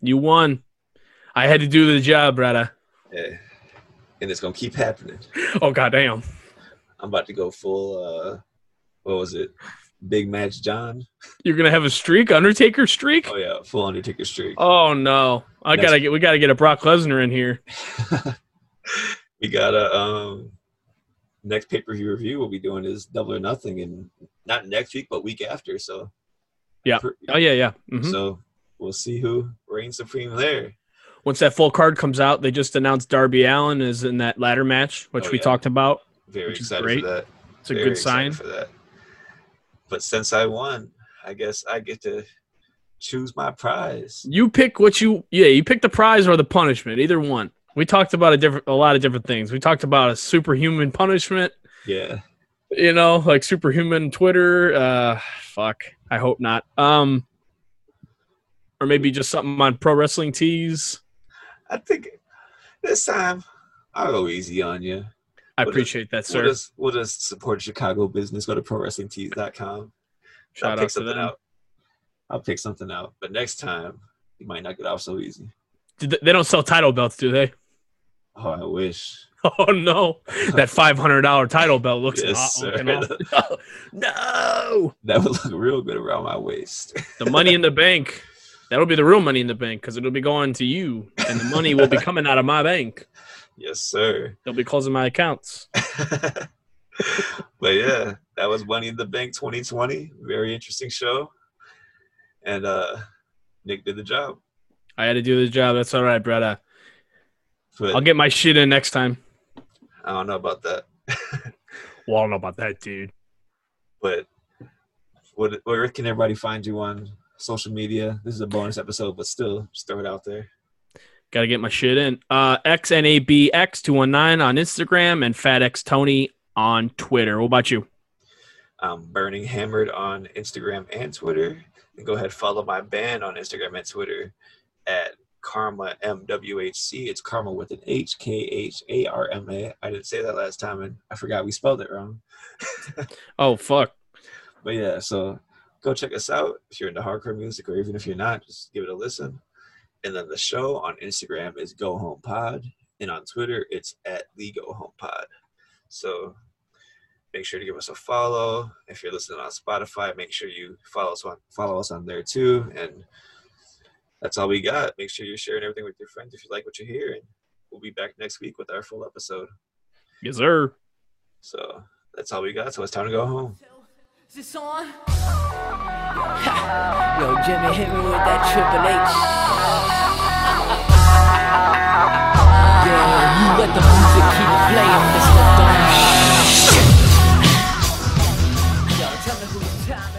[SPEAKER 4] You won. I had to do the job, brother.
[SPEAKER 3] eh. and it's going to keep happening
[SPEAKER 4] Oh god damn.
[SPEAKER 3] i'm about to go full uh what was it big match john
[SPEAKER 4] You're gonna have a streak, Undertaker streak?
[SPEAKER 3] oh yeah full undertaker streak
[SPEAKER 4] Oh no. I
[SPEAKER 3] Next-
[SPEAKER 4] gotta get we gotta get a Brock Lesnar in here.
[SPEAKER 3] we got a um next pay-per-view review we'll be doing is double or nothing and not next week but week after so
[SPEAKER 4] Yeah.
[SPEAKER 3] Per-
[SPEAKER 4] Oh yeah, yeah. Mhm.
[SPEAKER 3] so we'll see who reigns supreme there
[SPEAKER 4] Once that full card comes out, they just announced Darby Allen is in that ladder match, which
[SPEAKER 3] Oh,
[SPEAKER 4] we
[SPEAKER 3] yeah.
[SPEAKER 4] talked about.
[SPEAKER 3] very
[SPEAKER 4] Which is
[SPEAKER 3] excited
[SPEAKER 4] great.
[SPEAKER 3] for that
[SPEAKER 4] It's a
[SPEAKER 3] Very
[SPEAKER 4] good sign.
[SPEAKER 3] excited for that but since i won i guess i get to choose my prize
[SPEAKER 4] You pick what you yeah, you pick the prize or the punishment, either one. We talked about a different a lot of different things. We talked about a superhuman punishment.
[SPEAKER 3] yeah
[SPEAKER 4] you know, like superhuman Twitter. Uh, fuck, I hope not. Um, or maybe just something on pro wrestling tees.
[SPEAKER 3] I think this time I'll go easy on you.
[SPEAKER 4] I
[SPEAKER 3] We'll just-
[SPEAKER 4] appreciate that,
[SPEAKER 3] We'll
[SPEAKER 4] sir.
[SPEAKER 3] just, we'll just support Chicago business. Go to prowrestlingtees.com. I'll
[SPEAKER 4] Shout
[SPEAKER 3] pick
[SPEAKER 4] out to
[SPEAKER 3] something
[SPEAKER 4] them.
[SPEAKER 3] out. I'll pick something out. But next time, you might not get off so easy.
[SPEAKER 4] Did They they don't sell title belts, do they? <laughs>
[SPEAKER 3] Oh, I wish. <laughs>
[SPEAKER 4] Oh no, that five hundred dollar title belt looks
[SPEAKER 3] Yes,
[SPEAKER 4] aw-
[SPEAKER 3] sir.
[SPEAKER 4] looking
[SPEAKER 3] <laughs>
[SPEAKER 4] awful. no,
[SPEAKER 3] That would look real good around my waist. <laughs>
[SPEAKER 4] the money in the bank. That'll be the real money in the bank because it'll be going to you, and the money
[SPEAKER 3] <laughs>
[SPEAKER 4] will be coming out of my bank.
[SPEAKER 3] yes, sir. <laughs>
[SPEAKER 4] They'll be closing my accounts.
[SPEAKER 3] but yeah, that was Money in the Bank 2020. Very interesting show. And uh Nick did the job.
[SPEAKER 4] I had to do the job. That's all right, brother.
[SPEAKER 3] But
[SPEAKER 4] I'll get my shit in next time.
[SPEAKER 3] I don't know about that. <laughs>
[SPEAKER 4] Well, I don't know about that, dude.
[SPEAKER 3] But what, where can everybody find you on social media? This is a bonus episode, but still, just throw it out there.
[SPEAKER 4] Got to get my shit in. Uh, XNABX219 on Instagram and FatXTony on Twitter. What about you?
[SPEAKER 3] I'm um, Burning Hammered on Instagram and Twitter. And go ahead, follow my band on Instagram and Twitter at Karma MWHC. It's Karma with an H K H A R M A. I didn't say that last time, and I forgot we spelled it wrong.
[SPEAKER 4] Oh, fuck.
[SPEAKER 3] But yeah, so go check us out if you're into hardcore music, or even if you're not, just give it a listen. And then the show on Instagram is Go Home Pod, and on Twitter it's at the Go Home Pod. So make sure to give us a follow. If you're listening on Spotify, make sure you follow us on follow us on there too. And that's all we got. Make sure you're sharing everything with your friends if you like what you hear. And we'll be back next week with our full episode.
[SPEAKER 4] Yes, sir.
[SPEAKER 3] So that's all we got. So it's time to go home.
[SPEAKER 5] Is this on? Yo, Jimmy hit me with that Triple H. Yeah, you let the music keep playing, Mr. Dumb. Yo, tell me who you time